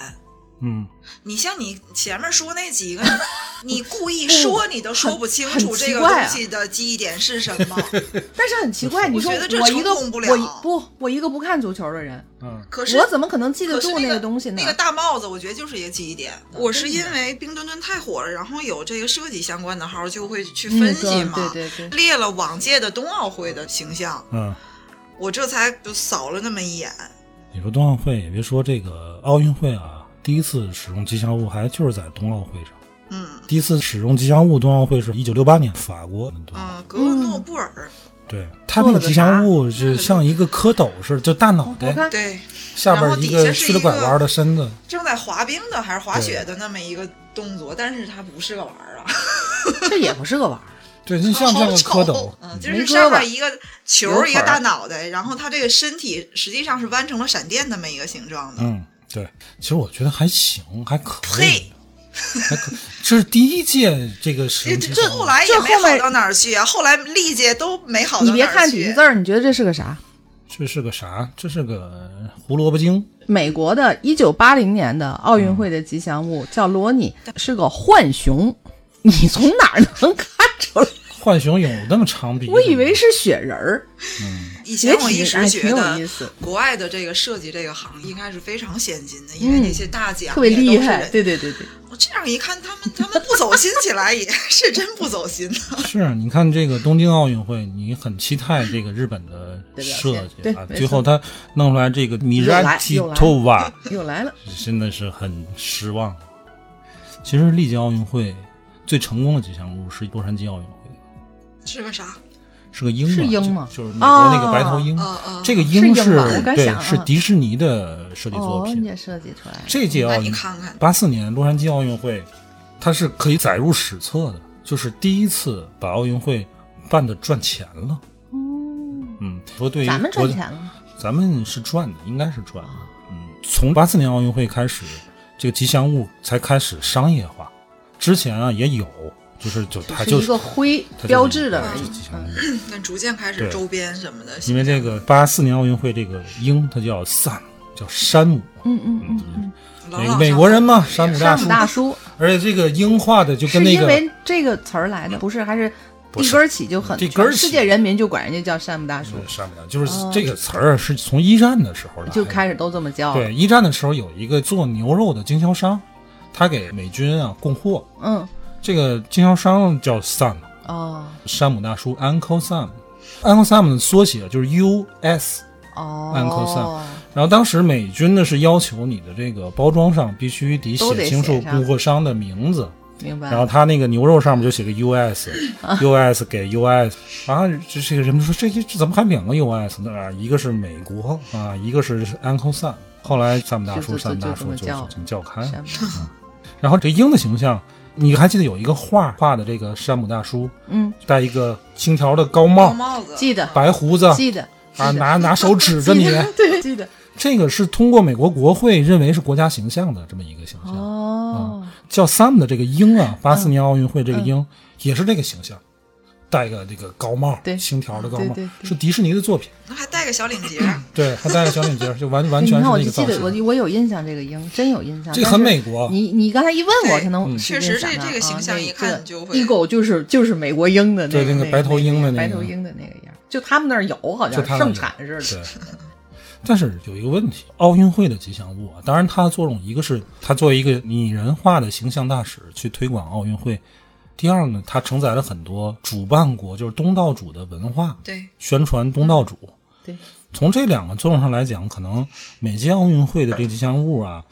S1: 嗯，
S2: 你像你前面说那几个，你你故 意说你都说不清
S3: 很
S2: 楚
S3: 很
S2: 这个
S3: 奇怪啊
S2: 东西的记忆点是什 么。
S3: 但是很奇怪，你说
S2: 觉得这
S3: 我一个
S2: 触动不了
S3: 我一不我一个不看足球的人，
S1: 嗯，
S2: 可是
S3: 我怎么可能记得
S2: 可是
S3: 住
S2: 那
S3: 个东西呢？嗯
S2: 那个大帽子，我觉得就是一个记忆点。我是
S3: 对
S2: 因为冰墩墩太火了，然后有这个设计相关的号，就会去分析嘛，
S3: 嗯对对对
S2: 列了往届的冬奥会的形象，
S1: 嗯，
S2: 我这才就扫了那么一眼。
S1: 你说冬奥会也别说这个奥运会啊，第一次使用吉祥物还就是在冬奥会上，
S2: 嗯
S1: 第一次使用吉祥物冬奥会是一九六八年法国伦敦，
S2: 嗯，格温诺布尔，
S1: 对，它那个吉祥物是像一个蝌蚪似的，就大脑
S3: 哦我
S1: 袋
S3: 看
S2: 对，
S1: 下边一个曲了拐弯的身子，
S2: 正在滑冰的还是滑雪的那么一个动作，但是它不是个玩意儿啊，
S3: 这也不是个玩儿，
S1: 对，就像像
S2: 好
S1: 个
S2: 丑
S1: 蝌蚪，
S2: 嗯，就
S3: 没
S2: 是
S3: 胳
S2: 上
S3: 膊
S2: 面一个球
S3: 有
S2: 儿，一个
S3: 腿儿
S2: 大脑袋，然后它这个身体实际上是弯成了闪电那么一个形状的。
S1: 嗯，对，其实我觉得还行，还可以
S2: 呸。
S1: 还可，这是第一届嗯这个使
S2: 这
S1: 用吉
S2: 这
S1: 祥物
S2: 后，来也
S3: 这
S2: 没
S3: 后面
S2: 好到哪儿去啊，后来历届都没 好
S3: 你
S2: 到哪儿去。
S3: 别看几个字儿，你觉得这是个啥？
S1: 这是个啥？这是个胡萝卜精，
S3: 美国的1980年的奥
S1: 嗯
S3: 运会的吉祥物叫罗尼，是个浣熊。你从哪儿能看 出来？
S1: 浣熊有那么长鼻子吗？
S3: 我以为是雪人儿，
S2: 以前我一
S3: 哎
S2: 直觉
S3: 挺有意
S2: 得
S3: 思
S2: 国外的这个设计这个行业应该是非常先进的，因为那些大奖
S3: 嗯特别
S2: 也都
S3: 厉
S2: 是
S3: 害。
S2: 人
S3: 对对对对，
S2: 我这样一看，他们 他们不走心起来也是真不走心的。
S1: 是，啊你看这个东京奥运会，你很期待这个日本的
S3: 表现
S1: 设计
S3: 对
S1: 啊，
S3: 没
S1: 最后他弄出来这个米
S3: 又来
S1: 拉提
S3: 又来
S1: 托瓦，
S3: 又来了。
S1: 真的是很失望。其实历届奥运会最成功的吉祥物是洛杉矶奥运会，
S2: 是个啥？
S1: 是个鹰嘛，
S3: 是鹰吗
S1: 就就是美国那个白头鹰，
S2: 哦哦
S1: 这个
S3: 是
S1: 鹰
S3: 鹰吧我刚
S1: 对
S3: 想啊
S1: 是迪士尼的设计作
S3: 哦，
S1: 品
S3: 你，也设计出来了。
S1: 这届
S2: 那
S1: 奥
S2: 你
S1: 运
S2: 看看，
S1: 八四年洛杉矶奥运会，它是可以载入史册的，就是第一次把奥运会办的赚钱了。
S3: 嗯，
S1: 嗯，说对于
S3: 咱们赚
S1: 国
S3: 钱了。
S1: 咱们是赚的，应该是赚的。嗯，从八四年奥运会开始，这个吉祥物才开始商业化，之前啊也有，就是就它
S3: 是
S1: 就
S3: 一个徽
S1: 它就是
S3: 标志的而
S1: 对
S3: 已
S1: 就
S3: 嗯
S1: 是吉祥物。
S2: 但逐渐开始
S1: 对
S2: 周边什么的，
S1: 因为这个八四年奥运会这个鹰，它叫 Sun，叫山姆，啊
S3: 嗯嗯嗯
S2: 老
S1: 美
S2: 老
S1: 美
S2: 上
S1: 国人嘛
S2: 火
S1: 山姆
S3: 嗯，
S1: 大
S3: 山
S1: 叔
S3: 姆大叔
S1: 而且这个鹰画的就是跟那
S3: 因
S1: 个
S3: 为这个词儿来的，不是？还是
S1: 不
S3: 一
S1: 是
S3: 根儿起就很
S1: 一根儿
S3: 全世
S1: 起
S3: 界人民就管人家叫山姆大叔，
S1: 是山姆大叔，就是这个词儿是从一战的时候来的
S3: 就开始都这么叫了。
S1: 对，一战的时候有一个做牛肉的经销商，他给美军啊供货，
S3: 嗯，
S1: 这个经销商叫 Sam，
S3: 哦
S1: 山姆大叔 Uncle Sam，Uncle Sam 的缩写就是 US。Uncle
S3: 哦
S1: Sam，然后当时美军呢是要求你的这个包装上必须得
S3: 都得
S1: 写清楚
S3: 写上
S1: 供货商的名字，
S3: 明白
S1: 然后
S3: 了。
S1: 他那个牛肉上面就写个
S3: 啊
S1: US，US 给 US 啊，这这个人们说这这这怎么还两个 US 呢？啊，一个是美国啊，一个是 Uncle Sam。后来萨姆大叔、
S3: 就就
S1: 萨姆大叔就
S3: 就这么叫
S1: 就叫开了
S3: 山。姆，
S1: 然后这鹰的形象，你还记得有一个画画的这个山姆大叔，
S3: 嗯，
S1: 戴一个青条的高
S2: 帽
S1: 帽，
S2: 帽子，
S3: 记得
S1: 白胡子
S3: 记得
S1: 啊，拿拿手指着你
S3: 记，得对，记得
S1: 这个是通过美国国会认为是国家形象的这么一个形象。
S3: 哦，
S1: 叫 Sam 的这个鹰啊，八
S3: 嗯
S1: 四年奥运会这个鹰、也是这个形象，戴个这个高帽，
S3: 对
S1: 青条的高帽
S3: 对对对
S1: 是迪士尼的作品，
S2: 那还带个小领结，
S1: 对，还戴个小领结，就 完啊完
S3: 你
S1: 全是
S3: 看，我
S1: 那
S3: 就
S1: 个
S3: 记
S1: 造
S3: 得
S1: 型。
S3: 我我有印象这个鹰，真有印象。
S1: 这个
S3: 但
S1: 很
S3: 是
S1: 美国
S3: 你你刚才一问我，
S2: 对
S3: 才能
S1: 嗯
S3: 瞬
S2: 确
S3: 间
S2: 实这
S3: 想到
S2: 这个形
S3: 啊
S2: 象
S3: 那
S2: 一
S3: 个
S2: 看就会
S3: e a 就是就是美国鹰的那
S1: 对那个白头鹰的那
S3: 白
S1: 个
S3: 头鹰的那个样儿，就他们那儿有，好
S1: 就
S3: 像
S1: 他们
S3: 盛产似的。
S1: 对。但是有一个问题，奥运会的吉祥物啊，当然它的作用一个是它作为一个拟人化的形象大使去推广奥运会，第二呢，它承载了很多主办国就是东道主的文化，
S2: 对，
S1: 宣传东道主。
S3: 对，
S1: 从这两个作用上来讲，可能每届奥运会的这吉祥物啊，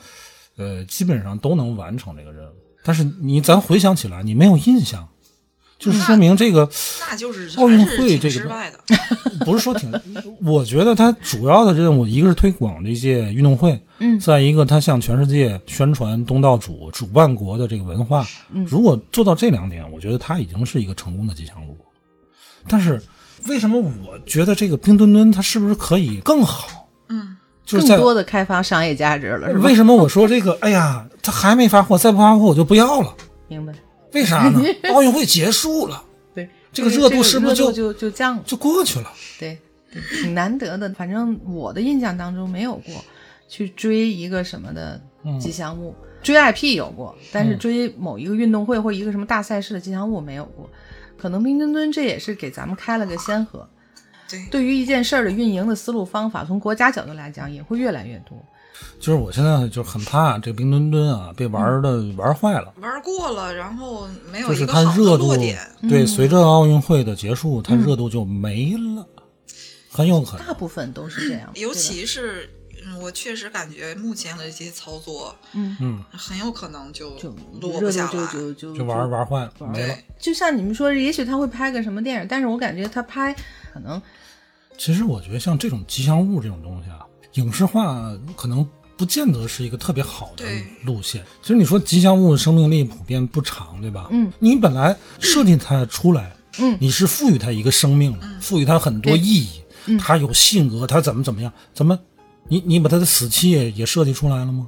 S1: 呃，基本上都能完成这个任务。但是你咱回想起来，你没有印象，就是说明这个
S2: 那就是还
S1: 奥运
S2: 是
S1: 会
S2: 挺
S1: 这个
S2: 失 败的。
S1: 不是说挺， 我觉得它主要的任务一个是推广这届运动会，
S3: 嗯
S1: 再一个它向全世界宣传东道主主办国的这个文化。嗯，如果做到这两点，我觉得它已经是一个成功的吉祥物。但是为什么我觉得这个冰墩墩它是不是可以更好？
S2: 嗯，
S1: 就是在
S3: 更多的开发商业价值了，是吧？
S1: 为什么我说这个？哎呀，它还没发货，再不发货我就不要了。
S3: 明白？
S1: 为啥 呢？奥运会结束了，
S3: 对，
S1: 这个热度是不是
S3: 就
S1: 就
S3: 就就降了？
S1: 就过去了？
S3: 对，对挺难得的。反正我的印象当中没有过去追一个什么的
S1: 嗯
S3: 吉祥物，追 IP 有过，但是追某一个运动会或一个什么大赛事的吉祥物没有过。可能冰墩墩这也是给咱们开了个先河。
S2: 对，
S3: 对于一件事儿的运营的思路方法，从国家角度来讲也会越来越多。
S1: 就是我现在就是很怕这个冰墩墩啊被玩的玩坏了。
S2: 玩过了，然后嗯没有
S1: 就
S2: 一
S1: 是
S2: 个
S1: 它
S2: 好的
S1: 热度
S2: 落点。，嗯
S1: 对，随着奥运会的结束，它热度就没了，很有可能
S3: 大。部分都是这样，
S2: 尤
S3: 对吧
S2: 其是，嗯，我确实感觉目前的一些操作，
S3: 嗯
S1: 嗯，
S2: 很有可能就
S3: 就
S2: 落不
S3: 热度
S2: 下
S3: 就
S2: 来。
S3: 就就
S1: 就玩玩坏了，
S3: 玩
S1: 没了。
S2: 对，
S3: 就像你们说，也许他会拍个什么电影，但是我感觉他拍可能
S1: 其实我觉得像这种吉祥物这种东西啊，影视化可能不见得是一个特别好的
S2: 对
S1: 路线。其实你说吉祥物生命力普遍不长，对吧？
S3: 嗯，
S1: 你本来设定它出来，
S3: 嗯
S1: 你是赋予它一个生命的，赋予它很多
S3: 对嗯
S1: 意义，它有性格，它怎么怎么样，怎么你你把它的死期也也设计出来了吗？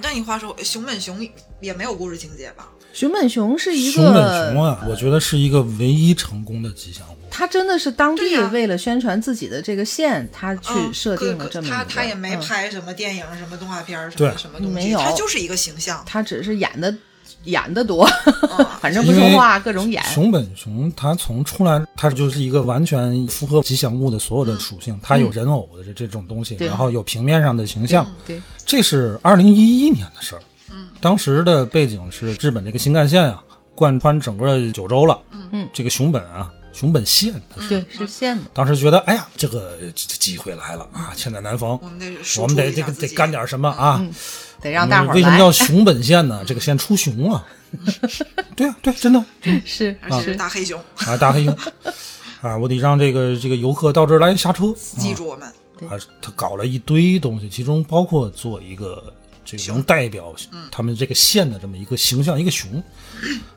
S2: 但你话说，熊本熊也没有故事情节吧？
S3: 熊本熊是一个，
S1: 熊本熊啊，我觉得是一个唯一成功的吉祥物。
S3: 他真的是当
S2: 对
S3: 地
S2: 呀
S3: 为了宣传自己的这个县，他去
S2: 嗯
S3: 设定了
S2: 可
S3: 这么一个，
S2: 他他也没
S3: 嗯，
S2: 拍什么电影、什么动画片、什
S1: 对
S2: 么什么东
S3: 没
S2: 西，
S3: 有
S2: 他就是一个形象。
S3: 他只是演的演的多，
S2: 啊
S3: 反正不说话，各种演。
S1: 熊本熊它从出来，它就是一个完全符合吉祥物的所有的属
S2: 嗯
S1: 性，它有人偶的这这种东西，
S3: 对
S1: 然后有平面上的形象。
S2: 嗯
S3: 对，
S1: 这是二零一一年的事儿，当时的背景是日本这个新干线啊，贯穿整个九州了。
S3: 嗯
S1: 这个熊本啊，熊本县，
S2: 嗯
S3: 对，是县的。
S1: 当时觉得，哎呀，这个这这机会来了啊，千载难逢，
S2: 嗯我们得
S1: 我
S2: 输
S1: 们
S2: 出
S1: 得
S2: 一
S1: 这
S2: 下
S1: 个
S2: 自
S1: 得
S2: 己。嗯
S1: 干点什么啊。
S3: 得让大伙儿
S1: 为什么
S3: 来
S1: 叫， 熊本县呢？这个县出熊啊，对啊，对，真的
S3: 是
S2: 而且是
S3: 是，
S1: 嗯
S2: 大黑熊，
S1: 啊啊，大黑鹰。啊，我得让这个这个游客到这儿来下车
S2: 记住我们，
S1: 啊。他搞了一堆东西，其中包括做一个这个能代表
S3: 嗯
S1: 他们这个县的这么一个形象，一个熊。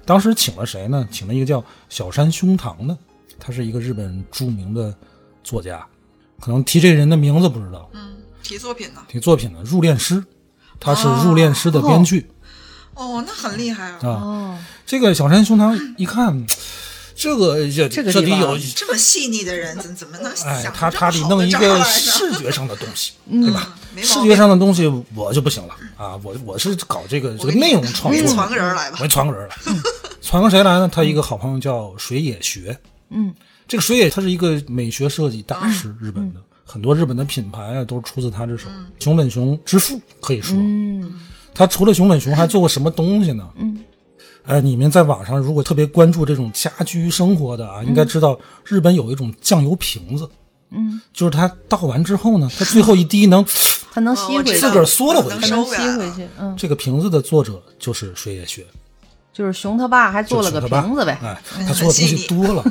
S1: 当时请了谁呢？请了一个叫小山胸膛的，他是一个日本著名的作家，可能提这人的名字不知道，
S2: 嗯，提作品呢？
S1: 提作品的《入殓师》，他是
S3: 哦
S1: 《入殓师》的编剧。
S2: 哦，那很厉害啊！
S1: 啊
S3: 哦，
S1: 这个小山胸膛一看，这个这
S3: 这个
S1: 这
S3: 地
S1: 里
S3: 方啊
S1: 有，
S2: 这么细腻的人，怎怎么能想
S1: 哎
S2: 出，
S1: 他他得
S2: 这么好
S1: 弄
S2: 的
S1: 一
S2: 招儿
S1: 个
S2: 来呢
S1: 视觉上的东 西，
S3: 嗯
S1: 对吧？
S2: 没毛
S1: 视
S2: 病
S1: 觉上的东西我就不行了啊，我我是搞这个这
S2: 我
S1: 个
S2: 给你
S1: 内容创
S2: 我给你
S1: 作
S2: 传
S1: 的，
S2: 个人儿来吧
S1: 我。传个人 来，传个谁来呢？他一个好朋友叫水野学，
S3: 嗯，
S1: 这个水野他是一个美学设计大师，
S2: 嗯
S1: 日本的。很多日本的品牌啊，都是出自他之手。熊本熊之父可以说，
S3: 嗯，
S1: 他除了熊本熊还做过什么东西呢？
S3: 嗯，
S1: 呃，你们在网上如果特别关注这种家居生活的啊，应该知道日本有一种酱油瓶子，
S3: 嗯，
S1: 就是它倒完之后 呢，它最后一滴能，
S3: 它能
S2: 哦
S3: 吸
S2: 我
S3: 回
S2: 知
S3: 去，
S1: 道自个儿缩了回去
S2: 能
S3: 它
S2: 收
S3: 能
S2: 回
S3: 吸
S2: 来
S3: 回
S2: 了。
S3: 去，嗯，
S1: 这个瓶子的作者就是水野学，
S3: 就是熊他爸还
S1: 就
S3: 做了
S1: 是
S3: 个
S1: 他爸
S3: 瓶子呗，
S1: 哎，他做的东西多 了，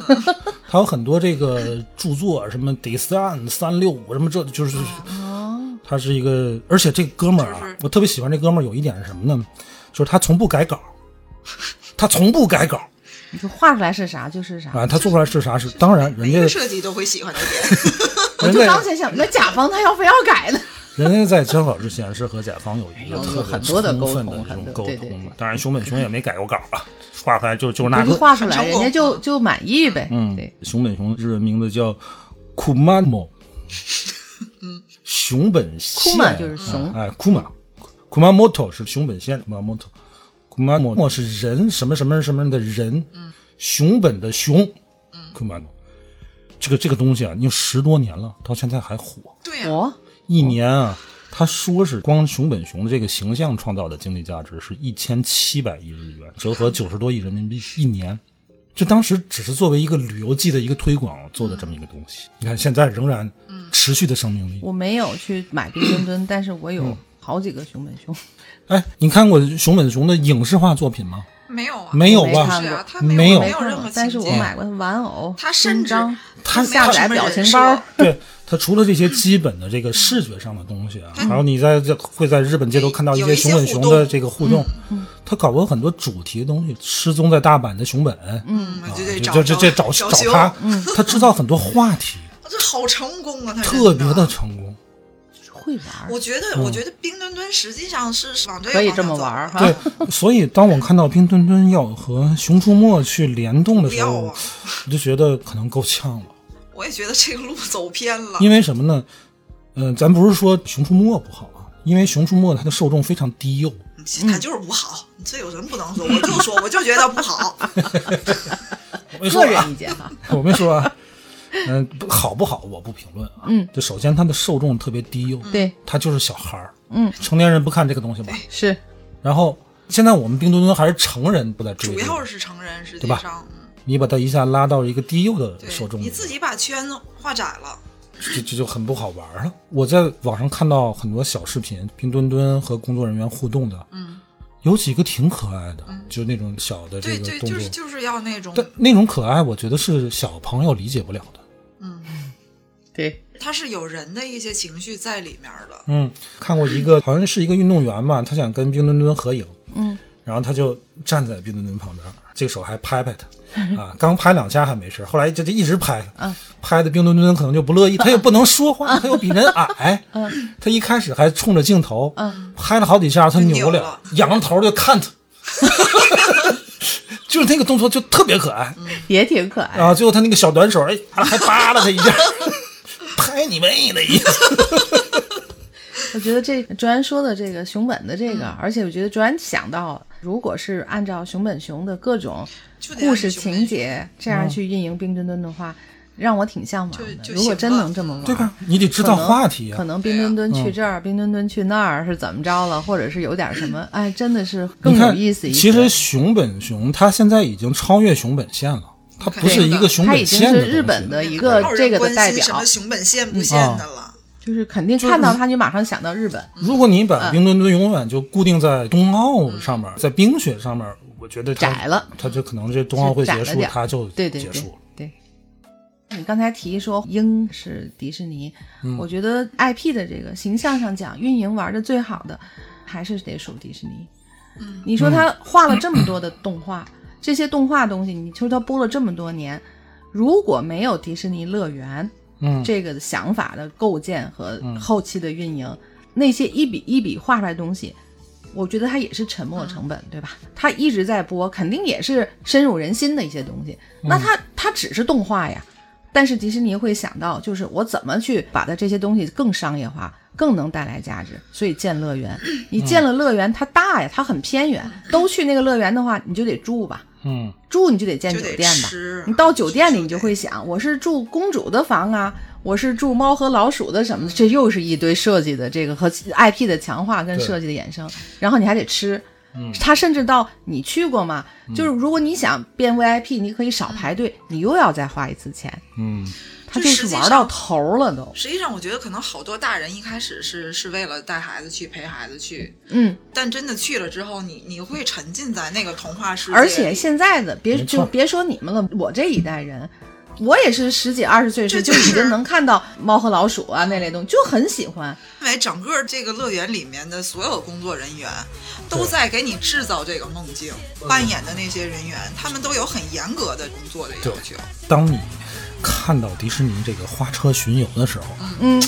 S1: 还有很多这个著作，什么 d 三三六五什么这，就是
S3: 哦，
S1: 他是一个，而且这哥们儿啊
S2: 就是，
S1: 我特别喜欢这哥们儿，有一点是什么呢？就是他从不改稿，他从不改稿。
S3: 你就画出来是啥就是啥，
S1: 啊，他做出来是啥是？当然，人
S2: 每一个
S1: 家
S2: 设计都会喜欢这 点，
S3: 哎我
S1: 人
S3: 就
S1: 家
S3: 刚才想，那甲方他要非要改呢，
S1: 人家在交稿之前是和甲方有一个
S3: 有
S1: 特别
S3: 哎很多的
S1: 充
S3: 沟
S1: 分
S3: 通
S1: 的这
S3: 很
S1: 种
S3: 多
S1: 沟
S3: 对对
S1: 通
S3: 对
S1: 的。当然，熊本熊也没改过稿啊，画出来就就是那
S3: 不是
S1: 个。
S3: 画出
S2: 很
S3: 来，
S2: 成啊
S3: 人
S2: 功
S3: 家就就满意呗，
S1: 嗯
S3: 对，，
S1: 熊本熊日文名字叫 Kumano，熊本县
S3: Kuma 就是熊
S1: 哎，Kuma，Kumamoto 是熊本县，Kumamoto，Kumano 是人什么什么什么的人，
S3: 嗯
S1: 熊本的熊，Kumano，这个这个东西啊，已经十多年了，到现在还火，
S2: 对呀、
S3: 哦，
S1: 一年啊。他说是光熊本熊的这个形象创造的经济价值是一千七百亿日元，折合九十多亿人民币一年。这当时只是作为一个旅游季的一个推广做的这么一个东西，你看现在仍然持续的生命力。
S3: 我没有去买冰墩墩，但是我
S1: 嗯
S3: 有好几个熊本熊，
S1: 哎，你看过熊本熊的影视化作品吗？
S2: 没有啊，
S1: 没有
S3: 我没
S1: 吧
S3: 看？
S2: 是啊，他
S1: 没
S2: 有
S1: 有
S2: 没
S3: 看
S2: 任
S3: 过
S2: 何
S3: 但是
S2: 情
S3: 我
S2: 节
S3: 买过玩偶，
S2: 他甚至
S3: 勋章
S2: 他没有
S3: 下载
S2: 什么
S3: 表情
S2: 人设
S3: 包，
S1: 对，它除了这些基本的这个视觉上的东西啊，还有你在这会在日本街头看到一
S2: 有一
S1: 些
S2: 些
S1: 熊本
S2: 互
S1: 熊
S2: 动嗯
S1: 的这个互动，它搞过很多主题的东西，失踪在大阪的熊本，
S2: 嗯，我就
S1: 这
S2: 得找
S1: 啊这这这找
S2: 找嗯
S1: 找
S2: 修
S1: 他，他制造很多话题，
S2: 哦这好成功啊，他
S1: 特别
S2: 真
S1: 的
S2: 的。
S1: 成 功。
S3: 会玩
S2: 我觉得，我觉得冰墩墩实际上是往这个
S3: 嗯可以
S2: 方
S3: 这
S2: 向
S3: 么
S2: 走
S3: 玩儿哈，
S1: 对，所以当我看到冰墩墩要和《熊出没》去联动的
S2: 不
S1: 时
S2: 要
S1: 候，
S2: 啊
S1: 我就觉得可能够呛了。
S2: 我也觉得这个路走偏了，
S1: 因为什么呢？嗯、咱不是说《熊出没》不好啊，因为《熊出没》它的受众非常低幼。
S3: 嗯
S2: 他就是不好，你这有什么不能说？我就 说，我就觉得不好。
S1: 我没说
S3: 个人
S1: 啊
S3: 意，见哈，
S1: 我没说啊。嗯、不好不好，我不评论啊。
S3: 嗯，
S1: 就首先它的受众特别低幼，
S2: 嗯
S3: 对，
S1: 它就是小孩儿，
S3: 嗯，
S1: 成年人不看这个东西吧。
S2: 哎
S3: 是
S1: 然后现在我们冰墩墩还是成人不在追
S2: 主
S1: 这个，
S2: 要是成人，实际
S1: 对吧
S2: 上，嗯
S1: 你把它一下拉到一个低幼的受
S2: 对，
S1: 众，
S2: 你自己把圈子画窄了，
S1: 这这就很不好玩了。我在网上看到很多小视频，冰墩墩和工作人员互动的，
S2: 嗯，
S1: 有几个挺可爱的，就是那种小的这
S2: 对
S1: 个
S2: 对，
S1: 动
S2: 就
S1: 作
S2: 是，就是要那种，
S1: 但那种可爱，我觉得是小朋友理解不了的。
S2: 嗯，
S3: 对，
S2: 他是有人的一些情绪在里面的，
S1: 嗯，看过一个，好像是一个运动员吧，他想跟冰墩墩合影，
S3: 嗯，
S1: 然后他就站在冰墩墩旁边，这个手还拍拍他，啊，刚拍两下还没事，后来就就一直拍，拍的冰墩墩可能就不乐意，他也不能说话，他又比人矮， 他一开始还冲着镜头，拍了好几下，他扭
S2: 扭
S1: 脸
S2: 了，
S1: 仰着头就看 他。就是那个动作就特别可爱，
S3: 也挺可爱。
S1: 然后最后他那个小短手，哎，还扒拉他一下， 拍你妹的意思。
S3: 我觉得这卓然说的这个熊本的这个，
S2: 嗯
S3: 而且我觉得卓然想到，如果是按照熊本熊的各种
S2: 就得
S3: 故事
S2: 让你
S3: 情节这
S1: 嗯
S3: 样去运营冰墩墩的话，让我挺向往
S2: 就
S3: 的。
S2: 就
S3: 如果
S2: 行
S3: 真
S2: 了
S3: 能这么玩，
S1: 对啊吧？你得制造
S3: 可能
S1: 话题啊嗯
S3: 可。能冰墩墩去这儿，冰墩墩去那儿是怎么着了，或者是有点 什么，哎，真的是更
S1: 你看，
S3: 有意思一些。
S1: 其实熊本熊它现在已经超越熊本县了，它不是一个熊
S3: 它已
S1: 本
S3: 经
S1: 县
S3: 是
S1: 的东西
S3: 日本的
S2: 去
S3: 呃一个
S2: 没有
S3: 这个
S2: 人
S3: 的代
S2: 关心什
S3: 表嗯哦
S2: 么，熊本县不县的了，
S3: 就是肯定看到它就马上想到日本。
S1: 如果你
S3: 嗯
S1: 把冰墩墩永远就固定在冬奥上面，在冰雪上面，我觉得它
S3: 窄了，
S1: 它就可能这冬奥会结
S3: 就窄了
S1: 束
S3: 点，儿
S1: 它就
S3: 对对
S1: 结束
S3: 对
S1: 了。
S3: 对，你刚才提说鹰是迪士尼，
S1: 嗯
S3: 我觉得 IP 的这个形象上讲，运营玩的最好的还是得数迪士尼。
S2: 嗯
S3: 你说他画了这么多的动画，这些动画东西，你说他播了这么多年，如果没有迪士尼乐园
S1: 嗯，
S3: 这个想法的构建和后期的运营，那些一笔一笔画出来的东西。我觉得它也是沉没成本，对吧？它一直在播，肯定也是深入人心的一些东西。那它它只是动画呀，但是迪士尼会想到，就是我怎么去把它这些东西更商业化，更能带来价值，所以建乐园。你建了乐园，它大呀，它很偏远，都去那个乐园的话，你就得住吧，
S1: 嗯，
S3: 住你就得建
S2: 就
S3: 酒
S2: 得
S3: 店吧。
S2: 吃。
S3: 你到酒店里，你就会想，我是住公主的房啊，我是住猫和老鼠的什么的，这又是一堆设计的这个和 IP 的强化跟
S1: 对嗯
S3: 设计的衍生，然后你还得吃。他甚至到你去过吗？就是如果你想变 VIP，你可以少排队，你又要再花一次钱，
S1: 嗯，
S3: 他
S2: 嗯就
S3: 就
S2: 实
S3: 是
S2: 际
S3: 玩到
S2: 上
S3: 头儿了都。
S2: 实际上，我觉得可能好多大人一开始是是为了带孩子去陪孩子去，
S3: 嗯，
S2: 但真的去了之后，你你会沉浸在那个童话世界里，
S3: 而且现在的别
S1: 没错
S3: 就别说你们了，我这一代人。我也是十几二十岁的时候
S2: 这
S3: 就
S2: 就
S3: 已经
S2: 是
S3: 能看到猫和老鼠啊那类东西，就很喜欢。
S2: 因为整个这个乐园里面的所有工作人员都在给你制造这个梦境，扮演的那些人员，他们都有很严格的工作的要求。
S1: 当你看到迪士尼这个花车巡游的时候，
S3: 嗯，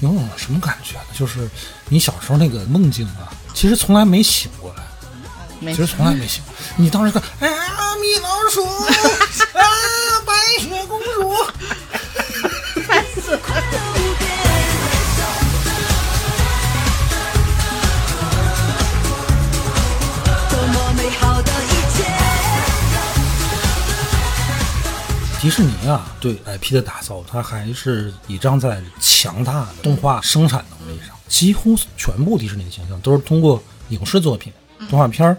S1: 你有什么感觉呢？就是你小时候那个梦境啊，其实从来没醒过来。
S3: 没
S1: 其实从来没醒。你当时看，哎呀，米老鼠啊，白雪公主，迪士尼啊，对 IP 的打造，它还是倚仗在强大的动画生产能力上。几乎全部迪士尼的形象都是通过影视作品、动画片儿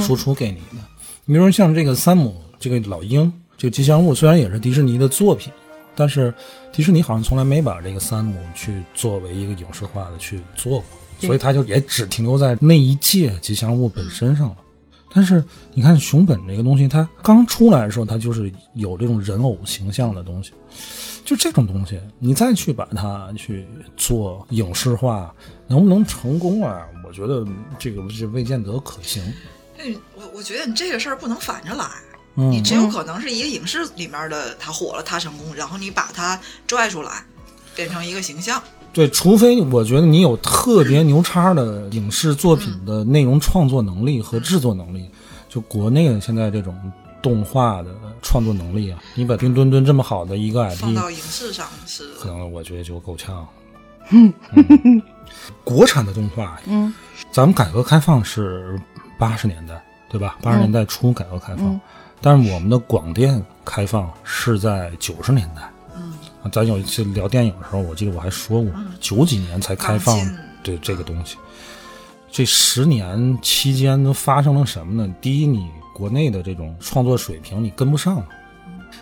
S1: 输出给你的。你比如像这个山姆，这个老鹰，这个吉祥物，虽然也是迪士尼的作品，但是迪士尼好像从来没把这个山姆去作为一个影视化的去做过，所以它就也只停留在那一届吉祥物本身上了。但是你看熊本这个东西，它刚出来的时候，它就是有这种人偶形象的东西，就这种东西，你再去把它去做影视化，能不能成功啊？我觉得这个是未见得可行。
S2: 哎，我我觉得你这个事儿不能反着来，
S1: 嗯
S2: 你只有可能是一个影视里面的他火了，他成功，然后你把他拽出来，变成一个形象。
S1: 对，除非我觉得你有特别牛叉的影视作品的内容创作能力和制作能力，就国内的现在这种动画的创作能力啊，你把冰墩墩这么好的一个 IP
S2: 放到影视上是
S1: 可能我觉得就够呛。嗯，国产的动画，
S3: 嗯，
S1: 咱们改革开放是八十年代，对吧？八十年代初改革开放，
S3: 嗯
S1: 但是我们的广电开放是在九十年代。
S2: 嗯，
S1: 啊咱有一次聊电影的时候，我记得我还说过，九几年才开放
S2: 刚进
S1: 对这个东西。这十年期间都发生了什么呢？第一，你国内的这种创作水平你跟不上了。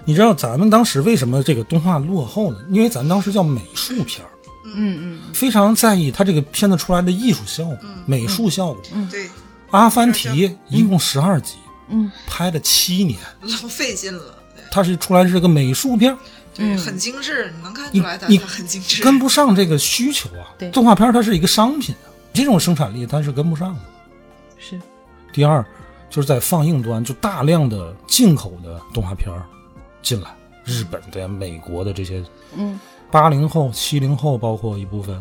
S1: 你知道咱们当时为什么这个动画落后呢？因为咱们当时叫美术片儿，
S3: 嗯嗯，
S1: 非常在意它这个片子出来的艺术效果、美术效果。
S2: 对，
S1: 阿凡提一共十二集，
S3: 嗯，
S1: 拍了七年，
S2: 老费劲了。对
S1: 它是出来是个美术片儿，
S2: 对，很精致，你能看
S1: 嗯你
S2: 出来它
S1: 你
S2: 它很精致。
S1: 跟不上这个需求啊。
S3: 对
S1: 动画片儿它是一个商品啊，这种生产力它是跟不上的。
S3: 嗯是。
S1: 第二，就是在放映端就大量的进口的动画片儿进来，日本的呀、美国的这些，
S3: 嗯，
S1: 八零后、七零后，包括一部分，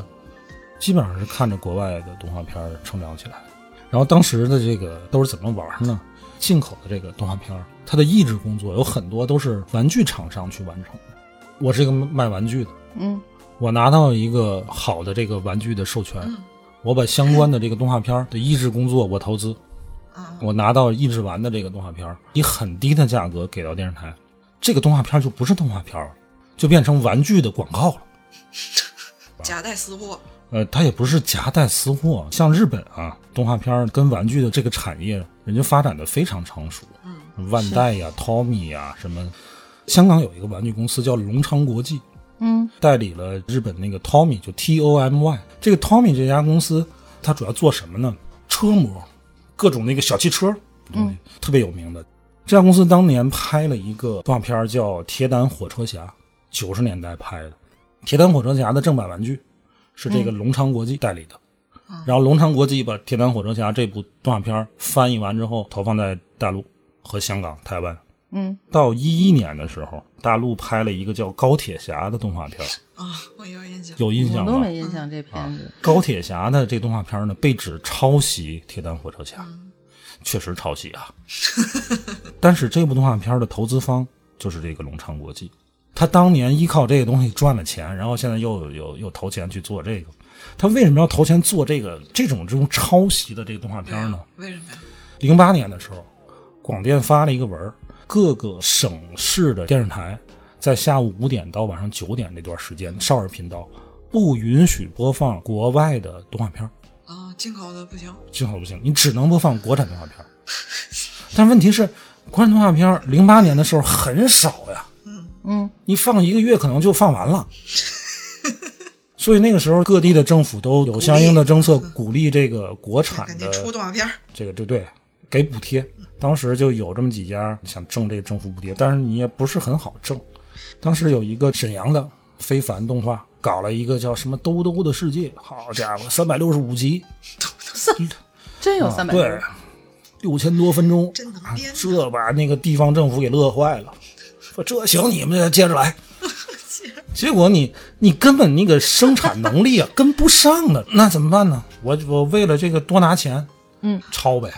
S1: 基本上是看着国外的动画片儿成长起来的。然后当时的这个都是怎么玩儿呢？进口的这个动画片儿，它的译制工作有很多都是玩具厂商去完成的。我是一个卖玩具的，
S3: 嗯
S1: 我拿到一个好的这个玩具的授权，我把相关的这个动画片儿的译制工作我投资，
S2: 啊，
S1: 我拿到译制完的这个动画片儿，以很低的价格给到电视台，这个动画片儿就不是动画片儿了，就变成玩具的广告了。
S2: 夹带私货，
S1: 呃，它也不是夹带私货，像日本啊，动画片儿跟玩具的这个产业，人家发展的非常成熟，万代呀、Tommy 呀、什么，香港有一个玩具公司叫隆昌国际，
S3: 嗯
S1: 代理了日本那个 Tommy，就 T O M Y。这个 Tommy 这家公司，它主要做什么呢？车模，各种那个小汽车东西，特别有名的。这家公司当年拍了一个动画片儿叫《铁胆火车侠》，九十年代拍的。《铁胆火车侠》的正版玩具是
S3: 嗯
S1: 这个龙昌国际代理的，
S3: 啊
S1: 然后龙昌国际把《铁胆火车侠》这部动画片儿翻译完之后，投放在大陆和香港、台湾。
S3: 嗯，
S1: 到一一年的时候，大陆拍了一个叫《高铁侠》的动画片儿，
S2: 啊，我有印象。
S1: 有印象啊
S3: 我都
S1: 吗？
S3: 没印象这片子。
S1: 高铁侠的这动画片呢，被指抄袭《铁胆火车侠》，确实抄袭啊。 但是这部动画片的投资方就是这个龙昌国际，他当年依靠这个东西赚了钱，然后现在又又又投钱去做这个。他为什么要投钱做这个这种这种抄袭的这个动画片呢？
S2: 为什么呀？
S1: 零八年的时候，广电发了一个文儿，各个省市的电视台在下午五点到晚上九点那段时间，少儿频道不允许播放国外的动画片儿，
S2: 啊，进口的不行。
S1: 进口不行，你只能播放国产动画片儿。但问题是，国产动画片零八年的时候很少呀，
S3: 嗯，
S1: 你放一个月可能就放完了。所以那个时候，各地的政府都有相应的政策鼓励这个国产
S2: 赶紧
S1: 的
S2: 出动画片儿，
S1: 这个对对，给补贴。当时就有这么几家想挣这个政府补贴，但是你也不是很好挣。当时有一个沈阳的非凡动画搞了一个叫什么“兜兜的世界”，好家伙，三百六十五集，啊
S3: 真有三百、
S1: 对，六千多分钟，
S2: 真能编
S1: 这把那个地方政府给乐坏了，说这行你们接着来。 结果你你根本那个生产能力啊 跟不上的，那怎么办呢？我我为了这个多拿钱，
S3: 嗯，
S1: 抄呗，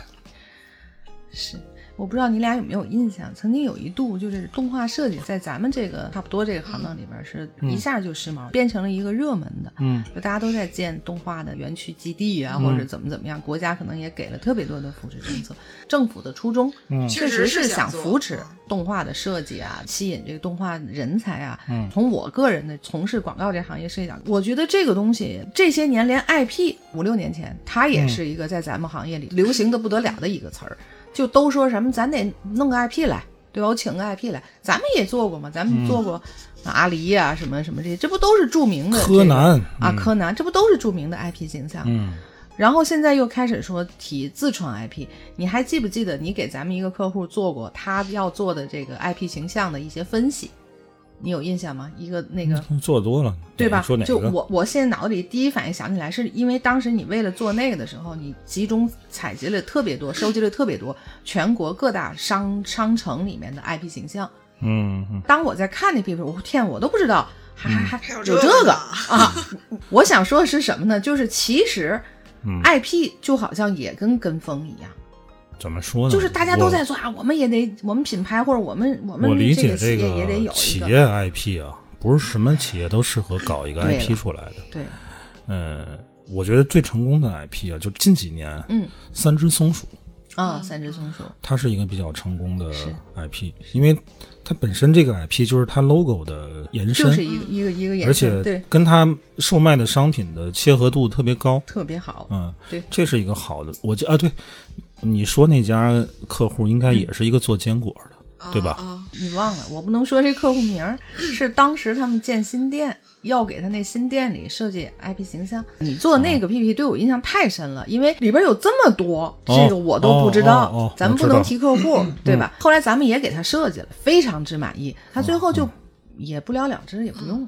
S3: 是。我不知道你俩有没有印象，曾经有一度就是动画设计在咱们这个差不多这个行当里边是一下就时髦，变成了一个热门的，
S1: 嗯，
S3: 就大家都在建动画的园区基地啊，或者怎么怎么样，国家可能也给了特别多的扶持政策。政府的初衷
S1: 嗯
S3: 确
S2: 确实是
S3: 是
S2: 想
S3: 想
S2: 做
S3: 扶持
S2: 嗯
S3: 动画的设计啊，吸引这个动画人才啊。
S1: 嗯
S3: 从我个人的从事广告这行业设计角度，我觉得这个东西这些年连 IP 五六年前，它也
S1: 嗯
S3: 是一个在咱们行业里流行的不得了的一个词儿，就都说什么咱得弄个 IP 来。对吧？我请个 IP 来，咱们也做过嘛，咱
S1: 嗯
S3: 们做过、阿狸呀、什么什么这些，这不都是著名的、
S1: 柯南
S3: 啊，
S1: 嗯
S3: 柯南，这不都是著名的 IP 形象？
S1: 嗯。
S3: 然后现在又开始说提自创 IP，你还记不记得你给咱们一个客户做过他要做的这个 IP 形象的一些分析？你有印象吗？一个那个
S1: 做多了，
S3: 对吧
S1: 你嗯说？哪个？
S3: 就我我现在脑子里第一反应想起来，是因为当时你为了做那个的时候，你集中采集了特别多，收集了特别多全国各大商商城里面的 IP 形象。
S1: 嗯嗯
S3: 当我在看那批的时候，我天，我都不知道还还还
S2: 嗯还有
S3: 有
S2: 这
S3: 这
S2: 个
S3: 个啊！我想说的是什么呢？就是其实
S1: 嗯
S3: IP 就好像也跟跟风一样，
S1: 怎么说呢？
S3: 就是大家
S1: 嗯
S3: 都
S1: 我
S3: 在。做啊，我们也得我们品牌或者我们我们
S1: 我理
S3: 这
S1: 解
S3: 个企业也得
S1: 个
S3: 有一
S1: 企
S3: 个
S1: 业 IP 啊，不是什么企业都适合搞一个
S3: 对
S1: IP
S3: 了
S1: 出来的。
S3: 对，
S1: 嗯，我觉得最成功的 IP 啊，就近几年，
S3: 嗯
S1: 三只松鼠
S3: 啊，三只松鼠，
S1: 它是一个比较成功的
S3: 是
S1: IP，因为它本身这个 IP 就是它 logo 的延伸，
S3: 就是一个一个一个
S1: 而
S3: 眼神，
S1: 且
S3: 对，
S1: 跟它售卖的商品的切合度特别高。
S3: 特别好，
S1: 嗯，
S3: 对
S1: 这是一个好的。我记啊，对，你说那家客户应该也是一个做坚果
S3: 哦
S1: 的，对吧？
S2: 啊，
S3: 你忘了，我不能说这客户名儿，是当时他们建新店要给他那新店里设计 IP 形象。你做那
S1: 哦
S3: 个 PPT 对我印象太深了，因为里边有这么多，这个我都不知
S1: 哦
S3: 道，
S1: 哦哦
S3: 咱们
S1: 我知
S3: 不
S1: 道嗯
S3: 能提客 户，对吧？后来咱们也给他设计了，非常之满意，他
S1: 哦
S3: 最后就也不了了之，也不用，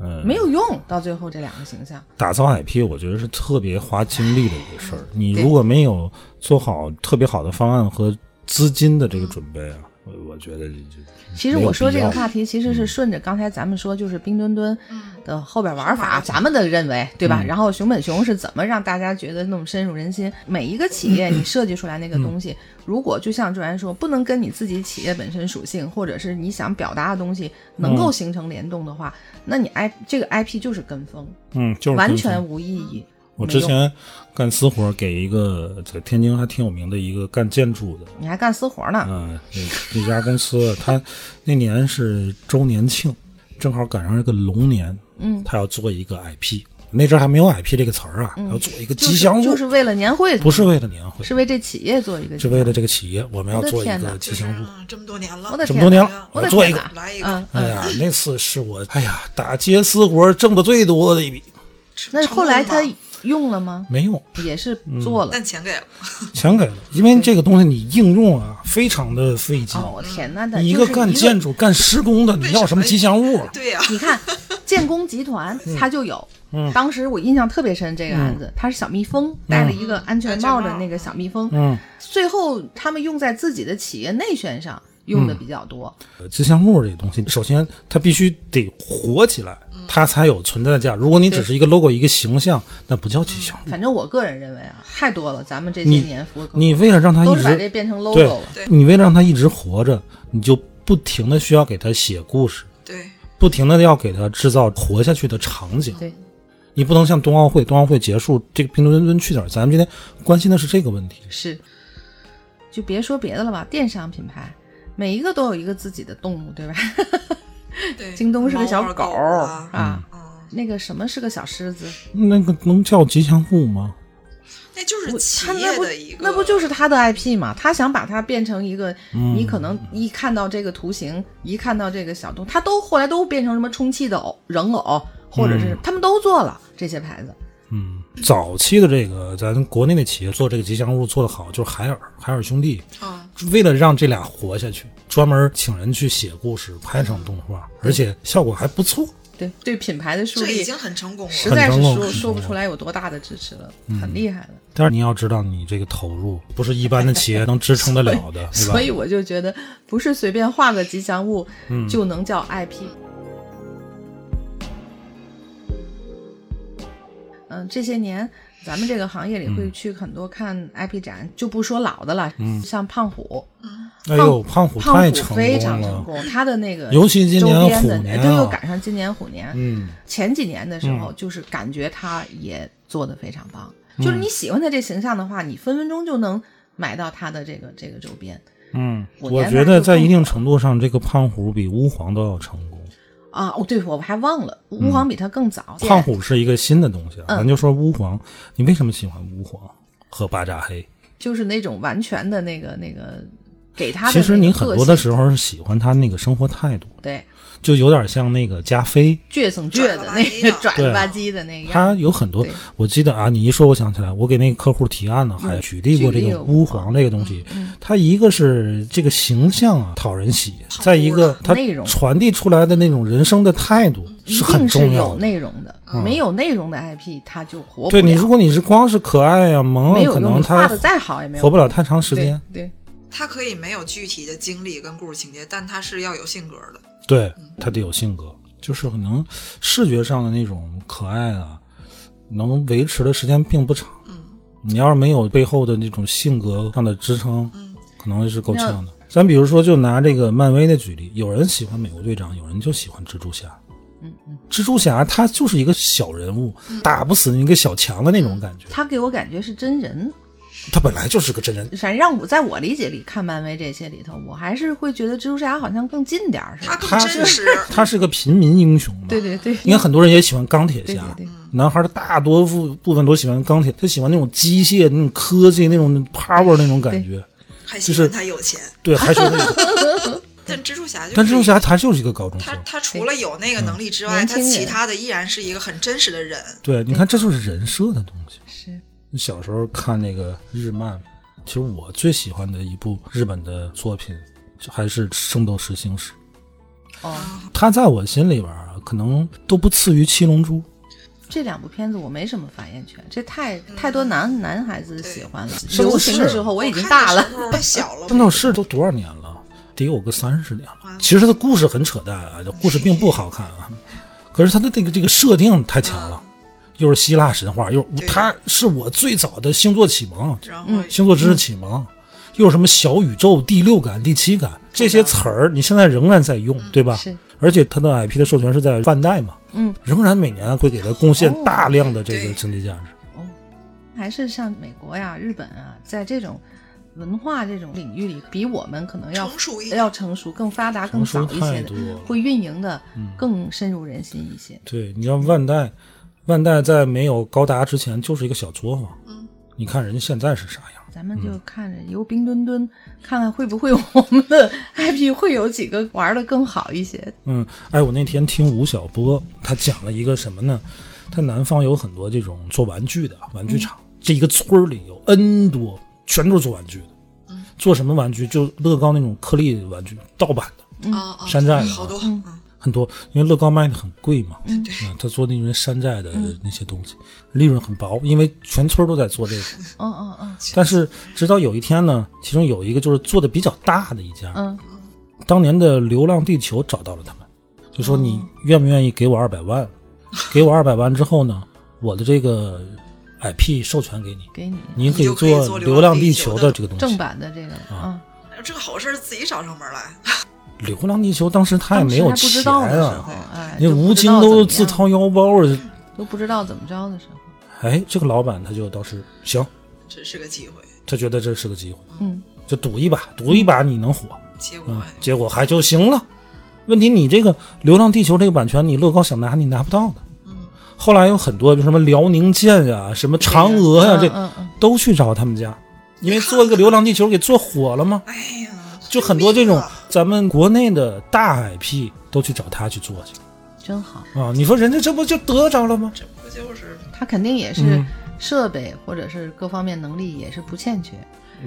S1: 嗯，
S3: 没有用，到最后这两个形象。
S1: 打造 IP，我觉得是特别花精力的一个事儿。你如果没有做好特别好的方案和资金的这个准备啊，我我觉得你就
S3: 其实我说这个话
S1: 题，
S3: 题，其实
S1: 嗯
S3: 是顺着刚才咱们说，就是冰墩墩的后边玩
S2: 嗯玩
S3: 法，
S2: 法
S3: 咱们的认为，对吧？
S1: 嗯
S3: 然后熊本熊是怎么让大家觉得那么深入人心？每一个 企业你设计出来
S1: 嗯
S3: 那个东西，如果就像卓然说，不能跟你自己企业本身属性，或者是你想表达的东西能
S1: 嗯
S3: 够形成联动的话，那你 I 这个 IP 就是跟风，
S1: 嗯，就是
S3: 完
S1: 跟风
S3: 全无意义。
S2: 嗯
S1: 我
S3: 没
S1: 之
S3: 用
S1: 前干私活，给一个在天津还挺有名的一个干建筑的，
S3: 你还干私活呢，
S1: 嗯，那那家公司，他那年是周年庆，正好赶上一个龙年，
S3: 嗯
S1: 他要做一个 IP，那阵儿还没有 IP 这个词儿啊，要做一个
S3: 嗯就
S1: 吉
S3: 是
S1: 祥物，
S3: 就是为了年会，
S1: 不是为了年会，
S3: 是为这企业做一个
S1: 是为了这个企业，我们要
S3: 我的
S1: 做一
S3: 天
S1: 个
S3: 哪嗯
S1: 吉
S2: 就是
S1: 祥物。
S2: 啊这么多年了，
S3: 我的
S1: 这么多
S3: 天
S1: 年
S3: 哪
S1: 了，
S3: 我的
S1: 做一
S3: 天
S1: 个
S3: 哪
S2: 来一个
S3: 嗯，
S1: 哎呀，那次是我哎呀打接私活挣的最多的一笔，
S2: 成
S3: 那后来
S2: 成
S3: 他
S2: 功吗
S3: 用了吗？
S1: 没用，
S3: 也是
S1: 嗯
S3: 做了。
S2: 但钱给了，
S1: 钱给了，因为这个东西你应用啊，非常的费劲。
S2: 嗯
S3: 哦，我天呐，那
S1: 你一
S3: 就是
S1: 个干建筑、干施工的，你要什么吉祥物？啊
S2: 对呀、
S3: 你看，建工集团
S1: 嗯
S3: 它就有。当时我印象特别深，这个案子，它是小蜜蜂戴了
S2: 嗯
S3: 一个安全帽的那个小蜜蜂，
S1: 嗯，
S3: 最后他们用在自己的企业内宣上用的比较多。
S1: 呃吉祥物这东西，首先它必须得火起来，
S3: 嗯
S1: 它才有存在的价值。如果你只是一个 logo、一个形象，那不叫吉祥物。
S3: 反正我个人认为啊，太多了，咱们这些年服务
S1: 你为了让它
S3: 都
S1: 一
S3: 是
S1: 直
S3: 把这变成 logo
S1: 对
S3: 了。
S2: 对
S1: 你为了让它一直活着，你就不停的需要给它写故事，
S2: 对，
S1: 不停的要给它制造活下去的场景。
S3: 对，
S1: 你不能像冬奥会，冬奥会结束，这个评论温去哪儿？咱们今天关心的是这个问题。
S3: 是，就别说别的了吧，电商品牌每一个都有一个自己的动物，对吧？
S2: 对，
S3: 京东是个
S2: 猫
S3: 小
S2: 啊
S3: 狗
S2: 狗啊，
S3: 啊，
S2: 嗯，
S3: 那个什么是个小狮子，
S1: 那个能叫吉祥物吗？
S2: 那就是
S3: 我
S2: 企
S3: 他那
S2: 业
S3: 不
S2: 的一个，
S3: 那不就是他的 IP 嘛？他想把它变成一个，
S1: 嗯
S3: 你可能一看到这个图形，一看到这个小东，他都后来都变成什么充气的偶、人偶，或者是、他们都做了这些牌子。
S1: 嗯，早期的这个咱国内的企业做这个吉祥物做得好，就是海尔，海尔兄弟
S2: 嗯，
S1: 为了让这俩活下去，专门请人去写故事、拍成动画，而且效果还不错。
S3: 对对，品牌的树
S2: 这已
S3: 立
S2: 经很成功
S3: 实
S2: 了。
S3: 在是
S1: 很成功嗯
S3: 说
S1: 很
S3: 说不
S1: 成功
S3: 出来有多大的支持了，很厉害的。
S1: 但是你要知道，你这个投入不是一般的企业能支撑得了 的，对吧？
S3: 所以我就觉得，不是随便画个吉祥物就能叫 IP。嗯、这些年咱们这个行业里
S1: 嗯
S3: 会去很多看 IP 展，就不说老的了，像胖虎，
S2: 嗯
S1: 哎呦，胖虎
S3: 胖
S1: 太
S3: 虎
S1: 成
S3: 非常
S1: 功
S3: 成
S1: 了，
S3: 功，他的那个
S1: 尤其今
S3: 周
S1: 年
S3: 边的
S1: 虎年啊
S3: 这又赶上今年虎年，
S1: 嗯，
S3: 前几年的时候，就是感觉他也做得非常棒。
S1: 嗯
S3: 就是你喜欢他这形象的话，你分分钟就能买到他的这个这个周边。
S1: 嗯，
S3: 我
S1: 我
S3: 原
S1: 觉
S3: 来
S1: 得
S3: 就
S1: 在
S3: 更
S1: 一定程度上，这个胖虎比巫皇都要成功。
S3: 啊，哦，对，我还忘了，巫皇比他更早。
S1: 嗯胖虎是一个新的东西，啊，
S3: 嗯
S1: 咱就说巫皇，你为什么喜欢巫皇和巴扎黑？
S3: 就是那种完全的那个那个给他的
S1: 其实
S3: 那个
S1: 你很
S3: 个
S1: 多的
S3: 性
S1: 时候是喜欢他那个生活态度，
S3: 对
S1: 就有点像那个加菲，
S3: 倔生倔的那个拽了吧唧的那个样
S1: 啊他
S3: 子，
S1: 有很多
S3: 对。嗯
S1: 我记得啊，你一说我想起来，我给那个客户提案呢，还举例过这
S3: 举例
S1: 个
S3: 过
S1: 巫皇这个东西。
S3: 嗯
S1: 他一个是这个形象啊讨人喜，再一个他
S3: 内容
S1: 传递出来的那种人生的态度
S3: 一
S1: 很
S3: 定是
S1: 重要
S3: 有
S1: 的。嗯
S3: 内容的，没有内容的 IP 他就活不
S1: 对
S3: 了。
S1: 你，如果你是光是可爱呀、萌
S3: 没
S1: 啊，
S3: 有
S1: 可
S3: 用
S1: 能
S3: 你画
S1: 他
S3: 的再好也没有
S1: 活不了太长时
S3: 对
S1: 间。
S3: 对，
S2: 他可以没有具体的经历跟故事情节，但他是要有性格的。
S1: 对他得有性格，就是可能视觉上的那种可爱啊，能维持的时间并不长。
S3: 嗯
S1: 你要是没有背后的那种性格上的支撑，
S3: 嗯
S1: 可能是够呛的。咱比如说，就拿这个漫威的举例，有人喜欢美国队长，有人就喜欢蜘蛛侠。
S3: 嗯
S1: 蜘蛛侠他就是一个小人物，打不死你一个小强的那种感觉。
S3: 他给我感觉是真人，
S1: 他本来就是个真人，
S3: 反正让我在我理解里看漫威这些里头，我还是会觉得蜘蛛侠好像更近点儿似
S2: 他
S3: 的。
S2: 更
S1: 他
S2: 真
S1: 是
S2: 实，
S1: 他是个平民英雄嘛。
S3: 对对对，
S1: 应该啊很多人也喜欢钢铁
S3: 对
S1: 侠，
S3: 对对
S1: 男孩的大多部部分都喜欢钢铁，他喜欢那种机械、那种科技、那种 power 那种感觉。
S2: 还喜
S1: 就是
S2: 欢他有钱。
S1: 对，还是那个，
S2: 但蜘蛛侠就
S1: 但蜘蛛
S2: 是
S1: 侠他嗯就是一嗯个高中
S2: 他
S1: 生。
S2: 他除了有那个能力之外，
S3: 年
S2: 他
S3: 轻人
S2: 其他的依然是一个很真实的人。
S1: 对，你看，这就是人设的东西。
S3: 是
S1: 你小时候看那个日漫，其实我最喜欢的一部日本的作品就还是《圣斗士星矢》，
S3: 哦，
S1: 它在我心里边啊，可能都不次于《七龙珠》。
S3: 这两部片子我没什么发言权，这太
S2: 嗯
S3: 太多男男孩子喜欢了。
S1: 是
S3: 流行的时候我已经大了，
S2: 我看的时候太小 了，
S1: 圣斗士都多少年了？得有个三十年了。其实它的故事很扯淡啊，故事并不好看啊，可是它的这个这个设定太强了，又是希腊神话，又
S2: 对
S1: 它是我最早的星座启蒙，
S2: 然后
S1: 星座知识启蒙，又有什么小宇宙、第六感、第七感这些词儿，你现在仍然在用，对吧？
S3: 是
S1: 而且它的 IP 的授权是在万代嘛，
S3: 嗯，
S1: 仍然每年会给它贡献大量的这个
S2: 对
S1: 经济价值。
S3: 哦还是像美国呀、日本啊，在这种文化这种领域里，比我们可能要
S2: 成熟一点
S3: 要成熟、更发达、更
S1: 成熟
S3: 早一
S1: 太
S3: 些的
S1: 多了，嗯
S3: 会运营的更深入人心一些。
S1: 对，你像万代，万代在没有高达之前就是一个小作坊，你看人家现在是啥样？
S3: 咱们
S1: 嗯
S3: 就看着游冰墩墩，看看会不 会我们的 IP 会有几个玩的更好一些。
S1: 嗯，哎，我那天听吴晓波，他讲了一个什么呢？他南方有很多这种做玩具的玩具厂，这一个村儿里有 N 多，全都是做玩具的。做什么玩具？就乐高那种颗粒玩具，盗版的
S2: 啊啊，
S1: 嗯山寨的
S2: 好多，嗯，
S1: 很多，因为乐高卖的很贵嘛。嗯，他做那种山寨的那些东西，利润很薄，因为全村儿都在做这个。
S3: 嗯嗯嗯
S1: 但是直到有一天呢，其中有一个就是做的比较大的一家，
S3: 嗯，
S1: 当年的《流浪地球》找到了他们，就
S3: 哦
S1: 说你愿不愿意给我二百 万？给我二百万之后呢，我的这个 IP 授权给你，
S3: 给你
S1: 您可以
S2: 你就可以做
S1: 《
S2: 流
S1: 流
S2: 浪
S1: 浪
S2: 地
S1: 地
S2: 球
S1: 球》
S2: 的
S1: 的这个东
S3: 正
S1: 西。
S3: 版的这个啊，
S2: 哎这个好事儿自己找上门来，
S1: 《流浪地球》当时他也没有
S3: 当时还不知
S1: 钱
S3: 道的时候
S1: 啊，，
S3: 哎，
S1: 那
S3: 就
S1: 吴
S3: 不知
S1: 京
S3: 道怎么
S1: 都
S3: 样
S1: 自掏腰包了。
S3: 都不知道怎么着的时候，
S1: 哎，这个老板他就倒是行，
S2: 这是个机会。
S1: 他觉得这是个机会，
S3: 嗯，
S1: 就赌一把，赌一把你能火。
S2: 结果
S1: 嗯，结果还就行了。问题你这个《流浪地球》这个版权，你乐高想拿你拿不到的。后来有很多什么辽宁舰呀、什么嫦娥呀、
S3: 嗯
S1: 这
S3: 嗯嗯，
S1: 都去找他们家，因为做一个《流浪地球》给做火了嘛，
S2: 哎呀，
S1: 就很多这种
S2: 命啊
S1: 咱们国内的大 IP 都去找他去做去
S3: 真好。
S1: 啊。你说人家这不就得着了吗？
S2: 这不就是
S3: 他肯定也是
S1: 嗯
S3: 设备或者是各方面能力也是不欠缺，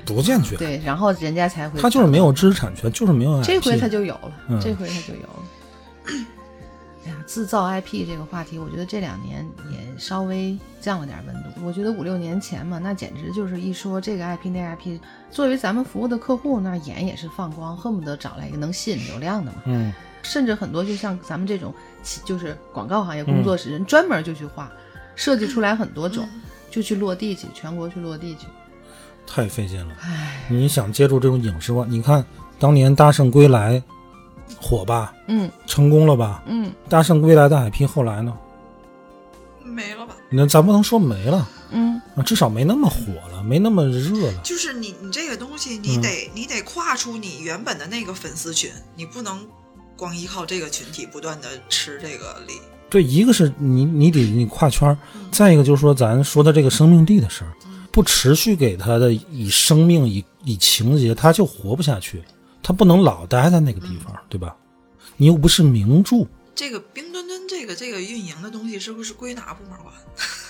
S1: 不健全，
S3: 对，然后人家才会
S1: 他就是没有知识产权，就是没有 IP。
S3: 这回他就有了，
S1: 嗯
S3: 这回他就有了。哎呀，自造 IP 这个话题，我觉得这两年也稍微降了点温度。我觉得五六年前嘛，那简直就是一说这个 IP 那个 IP，作为咱们服务的客户那儿眼也是放光，恨不得找来一个能吸引流量的嘛。
S1: 嗯
S3: 甚至很多就像咱们这种企就是广告
S1: 嗯
S3: 行业工作室人专门就去画，设计出来很多种，
S2: 嗯
S3: 就去落地去，全国去落地去。
S1: 太费劲了。
S3: 唉，
S1: 你想接触这种影视化，你看当年《大圣归来》火吧，
S3: 嗯
S1: 成功了吧？
S3: 嗯
S1: 《大圣归来》的 IP 后来呢？
S2: 没了吧？
S1: 那咱不能说没了
S3: 嗯，
S1: 啊，至少没那么火了，没那么热了。
S2: 就是你你这个东西，
S1: 嗯
S2: 你得、你得跨出你原本的那个粉丝群，你不能光依靠这个群体不断的吃这个力。
S1: 对，一个是你你得你跨圈儿，再一个就是说咱说的这个生命力的事儿，不持续给他的以生命以以情节，他就活不下去，他不能老待在那个地方，对吧？你又不是名著，
S2: 这个冰墩墩这个这个运营的东西是不是归哪部门管？
S3: 应该是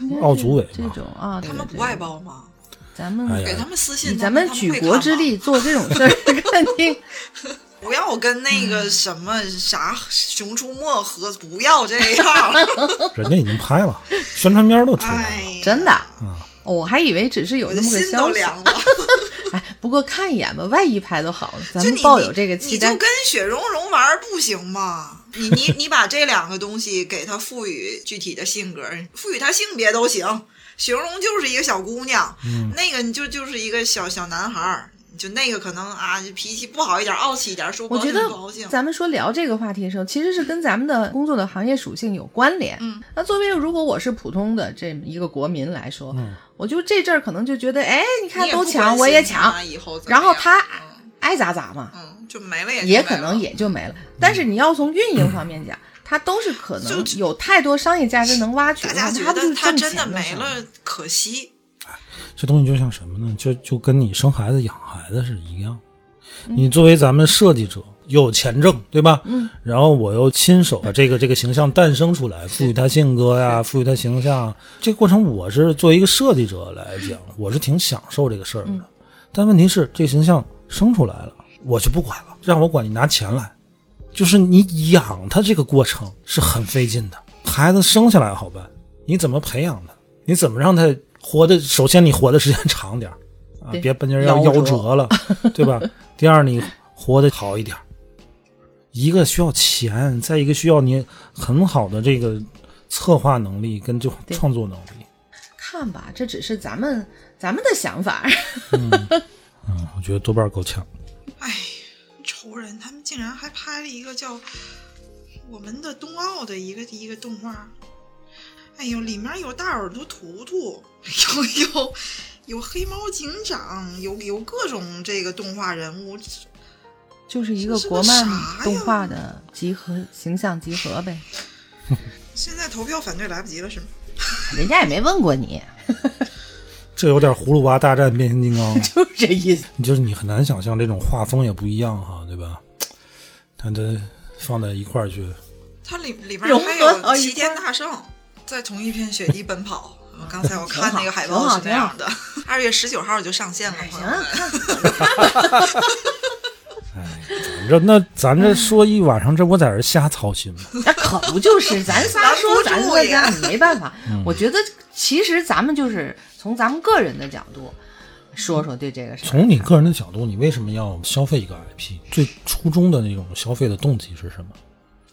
S1: 嗯奥组委
S3: 这
S1: 嘛
S3: 种啊，
S2: 他们
S3: 对
S2: 不爱，包吗？
S3: 对咱们
S1: 哎呀
S2: 给他们私
S3: 以
S2: 信，
S3: 咱们
S2: 他
S3: 举
S2: 会
S3: 国
S2: 看
S3: 之
S2: 吗，
S3: 力做这种事儿， 肯定
S2: 不要跟那个什么啥《熊出没》合，不要这 样。
S1: 人家已经拍了，宣传片都出来
S2: 哎
S1: 了。
S2: 呀，
S3: 真的
S1: 嗯。
S3: 我还以为只是有
S2: 我
S3: 那
S2: 的
S3: 么个
S2: 心都
S3: 消息，
S2: 凉了。
S3: 哎，不过看一眼吧，万一拍的好了， 咱
S2: 就
S3: 们
S2: 你
S3: 抱
S2: 你
S3: 有这个期
S2: 你
S3: 待
S2: 就。跟雪融融玩儿不行吗？你你你把这两个东西给它赋予具体的性格，赋予它性别都行。雪融融就是一个小姑娘，
S3: 嗯
S2: 那个你就就是一个小小男孩儿，就那个可能啊脾气不好一点，傲气一点，说不
S3: 我
S2: 高
S3: 觉
S2: 兴
S3: 得
S2: 不高兴。
S3: 咱们说聊这个话题的时候，其实是跟咱们的工作的行业属性有关联。
S2: 嗯，
S3: 那作为如果我是普通的这么一个国民来说，
S1: 嗯
S3: 我就这阵儿可能就觉得，哎，你看
S2: 你
S3: 都
S2: 不
S3: 抢，
S2: 关
S3: 我
S2: 心
S3: 也
S2: 他
S3: 抢，
S2: 以后怎么
S3: 然后
S2: 样
S3: 他
S2: 嗯
S3: 爱咋咋嘛，
S2: 嗯就没了也就
S3: 也
S2: 没
S3: 可能
S2: 了嗯
S3: 也就没了。但是你要从运营方面讲，它都是可能有太多商业价值能挖掘
S2: 大
S3: 的
S2: 家
S3: 话，
S2: 觉
S3: 它不就
S2: 得
S3: 是
S2: 他
S3: 挣
S2: 真
S3: 钱
S2: 的没
S3: 事儿吗
S2: 了，可惜。
S1: 这东西就像什么呢？就就跟你生孩子养孩子是一样。你作为咱们设计者，又有钱挣，对吧？嗯。然后我又亲手把这个这个形象诞生出来，赋予他性格呀，赋予他形象。这个过程，我是作为一个设计者来讲，我是挺享受这个事儿的。但问题是，这形象生出来了，我就不管了，让我管你拿钱来。就是你养他这个过程是很费劲的。孩子生下来好办，你怎么培养他？你怎么让他活的？首先，你活的时间长点儿啊，
S3: 对
S1: 别半截儿要
S3: 夭
S1: 夭
S3: 折
S1: 折了，对吧？第二，你活得好一点儿。一个需要钱，再一个需要你很好的这个策划能力跟这
S3: 对
S1: 创作能力。
S3: 看吧，这只是咱们咱们的想法。
S1: 嗯，我觉得多半儿够呛。
S2: 哎，仇人他们竟然还拍了一个叫《我们的冬奥》的一个一个动画。哎呦，里面有大耳朵图图，有有有黑猫警长，有有各种这个动画人物，
S3: 就是一个
S2: 这是个
S3: 国漫
S2: 啥呀
S3: 动画的集合形象集合呗，
S2: 现在投票反对来不及了是吗？
S3: 人家也没问过你，
S1: 这有点葫芦娃大战变形金刚了，
S3: 就是这意思。
S1: 你 就是你很难想象这种画风也不一样哈，对吧？它它放在一块儿去，
S2: 它里里边
S3: 融
S2: 还
S3: 合到
S2: 有
S3: 一
S2: 齐
S3: 块
S2: 天
S3: 儿
S2: 大圣在同一片雪地奔跑。呃刚才我看
S3: 挺好
S2: 那个海
S3: 挺
S2: 报
S3: 好
S2: 是那
S3: 挺好
S2: 样的，二月十九号就上线了，朋友
S3: 行啊
S2: 们。
S1: 你这那咱这说一晚上，这不在这瞎操心吗？
S3: 那可不就是咱 仨
S2: 拦
S3: 说
S2: 不
S3: 咱
S2: 住
S3: 说
S2: 呀
S3: 咱没办法。我觉得其实咱们就是从咱们个人的角度说说对这个事儿。
S1: 从你个人的角度，你为什么要消费一个 IP？最初衷的那种消费的动机是什么？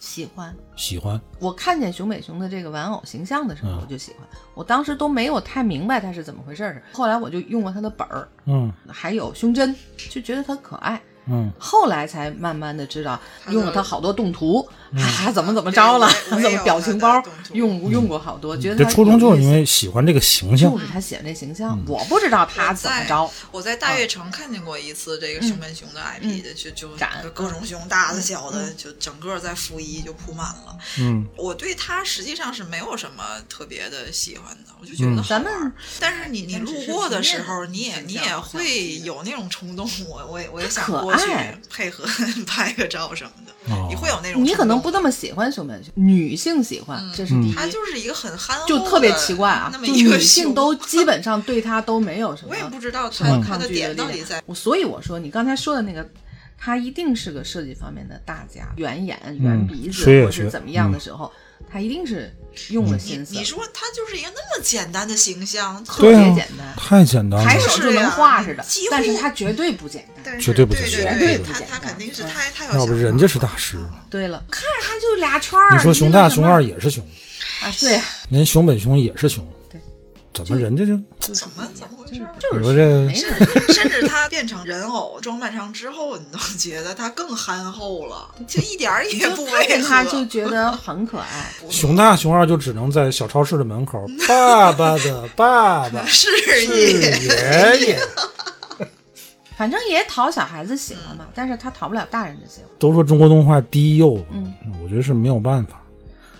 S3: 喜欢，
S1: 喜欢，
S3: 我看见熊美熊的这个玩偶形象的时候，我就喜欢。我当时都没有太明白它是怎么回事儿，后来我就用了它的本儿，
S1: 嗯
S3: 还有胸针，就觉得它可爱。
S1: 嗯，
S3: 后来才慢慢的知道，
S2: 它的
S3: 用了它好多动图，
S1: 嗯
S3: 啊，怎么怎么着了，
S2: 对我
S3: 怎
S2: 也
S3: 么表情包
S2: 我也有它的动图
S3: 用用过好多，觉得
S1: 嗯这
S3: 它
S1: 初衷就
S3: 有
S1: 是
S3: 意
S1: 因
S3: 思
S1: 为嗯喜欢这个形象
S3: 就。是他写那形象，我不知道他怎么
S2: 我
S3: 着
S2: 在。我在大悦城看见过一次这个熊本熊的 IP 的，就就
S3: 嗯展嗯
S2: 各种熊，大的小的，就整个在负一就铺满了。
S1: 嗯，
S2: 我对它实际上是没有什么特别的喜欢的，我就觉得好
S3: 嗯咱
S2: 玩儿
S3: 们。
S2: 但是你你
S3: 但只
S2: 路
S3: 是
S2: 过的
S3: 平
S2: 时
S3: 面
S2: 候，
S3: 的
S2: 你也
S3: 形
S2: 你
S3: 象
S2: 也
S3: 好像
S2: 会
S3: 是
S2: 有那种冲动，我我也我也想
S3: 可
S2: 过去
S3: 爱
S2: 配合 拍个照什么的，
S1: 哦
S2: 你会有那种
S3: 你
S2: 冲
S3: 可能
S2: 动
S3: 不那么喜欢熊本熊，女性喜欢，这是第一。
S2: 它就是一个很憨厚
S3: 嗯就
S2: 的，
S3: 特别奇怪啊
S2: 那，么
S3: 就
S2: 一个
S3: 女性
S2: 熊
S3: 都基本上对他都没有什么
S2: 我也不知道
S3: 什
S2: 它
S3: 么
S2: 它
S3: 抗
S2: 的
S3: 拒
S2: 点
S3: 力
S2: 到
S3: 量
S2: 底在。
S3: 嗯我所以我说你刚才说的那个，他一定是个设计方面的大家，圆眼、圆鼻
S1: 嗯
S3: 子、
S1: 学也
S3: 或是
S1: 学嗯
S3: 怎么样的时候，他一定是用了
S2: 你
S3: 心思，
S2: 你说它就是一个那么简单的形象，特
S3: 特
S1: 对
S3: 别
S1: 啊
S3: 简单，
S1: 太简单了
S3: 抬。手就能画似的
S2: 是呀，
S3: 但是他绝对不简单。
S2: 但
S1: 绝
S2: 是
S1: 对
S2: 啊对
S1: 不
S2: 对
S1: 简
S3: 单绝对
S2: 对，
S3: 不
S2: 他
S3: 简
S2: 他
S3: 单
S2: 肯定是
S3: 嗯
S2: 太太有
S1: 要不
S2: 想法
S1: 人家是大师，
S3: 对了，看着他就俩圈儿，
S1: 你说熊大熊二
S3: 一个
S1: 也是熊，
S3: 什么啊？对啊，
S1: 人熊本熊也是熊，
S3: 对，
S1: 怎么人家就
S3: 就
S2: 怎么怎么回事儿？
S3: 就
S1: 你
S3: 是
S1: 说这
S3: 没事儿。
S2: 甚至甚至他变成人偶装扮上之后，你都觉得他更憨厚了，就一点儿也不
S3: 就看
S2: 违
S3: 见
S2: 和。
S3: 他就觉 得很可爱。
S1: 熊大熊二就只能在小超市的门口，爸爸的爸 爸
S2: 是
S1: 是
S2: 也
S1: 爷爷。
S3: 反正也讨小孩子喜
S2: 嗯
S3: 欢嘛，但是他讨不了大人的喜欢。
S1: 都说中国动画低幼，
S3: 嗯，
S1: 我觉得是没有办法，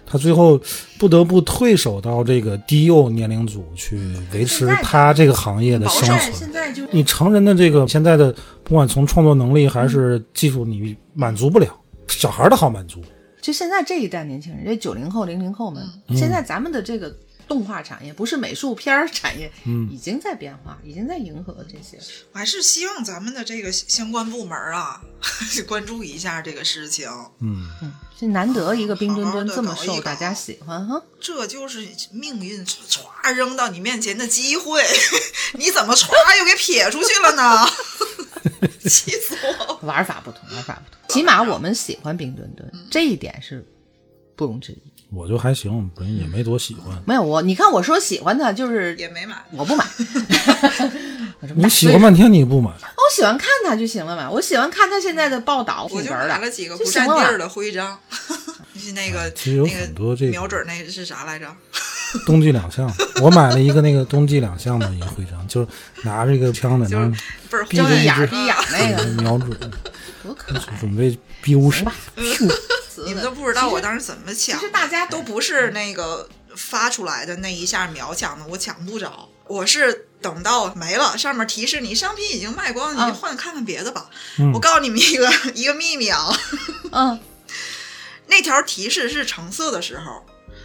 S1: 他最后不得不退守到这个低幼年龄组去维持
S3: 现在
S1: 他这个行业的生
S2: 保
S3: 但
S2: 证
S1: 存。
S3: 在就
S1: 你成人的这个现在的，不管从创作能力还是技术，你满足不了。小孩儿的好满足，
S3: 就现在这一代年轻人，这九零后、零零后们，
S2: 嗯
S3: 现在咱们的这个动画产业，不是美术片儿产业，
S2: 嗯
S3: 已经在变化，已经在迎合这些。
S2: 我还是希望咱们的这个相关部门啊， 关注一下这个事情。
S1: 嗯，
S3: 这难得一个冰墩墩
S2: 好好地
S3: 这么
S2: 搞一
S3: 受
S2: 搞
S3: 大家喜欢哈，
S2: 这就是命运歘扔到你面前的机会， 你怎么歘又给撇出去了呢？ 气死我了！
S3: 玩法不同，玩法不同。起码我们喜欢冰墩墩，
S2: 嗯
S3: 这一点是不容置疑。
S1: 我就还行，本也没多喜欢。
S3: 没有我，你看我说喜欢他，就是
S2: 也没买，
S3: 我不 买。我
S2: 嗯
S3: 这么大
S1: 你喜欢半天你也不买，
S3: 我喜欢看他就行了嘛，我喜欢看他现在的报道
S2: 我
S3: 评
S2: 就
S3: 文
S2: 买了
S3: 的，
S2: 几个
S3: 就
S2: 不
S3: 行
S2: 占
S3: 了
S2: 地儿的徽章， 就是那个
S1: 其实有很多这
S2: 那
S1: 个
S2: 个瞄准儿那是啥来着？
S1: 冬季两项， 我买了一个那个冬季两项的一个徽章，就是拿着一个枪在那
S2: 就是
S1: 儿
S2: 倍儿
S1: 闭着
S2: 红
S1: 一
S3: 眼儿
S1: 只
S3: 逼眼儿 那个
S1: 瞄准，
S3: 多可爱。啊
S1: 准备逼无
S3: 行
S1: 视
S3: 吧。
S2: 你们都不知道我当时怎么抢的。
S3: 其实大家
S2: 都不是那个发出来的那一下秒抢的，我抢不着。我是等到没了，上面提示你商品已经卖光了，
S3: 啊
S2: 你就换看看别的吧。
S1: 嗯
S2: 我告诉你们一个 一个秘密啊，
S3: 嗯，
S2: 那条提示是橙色的时候，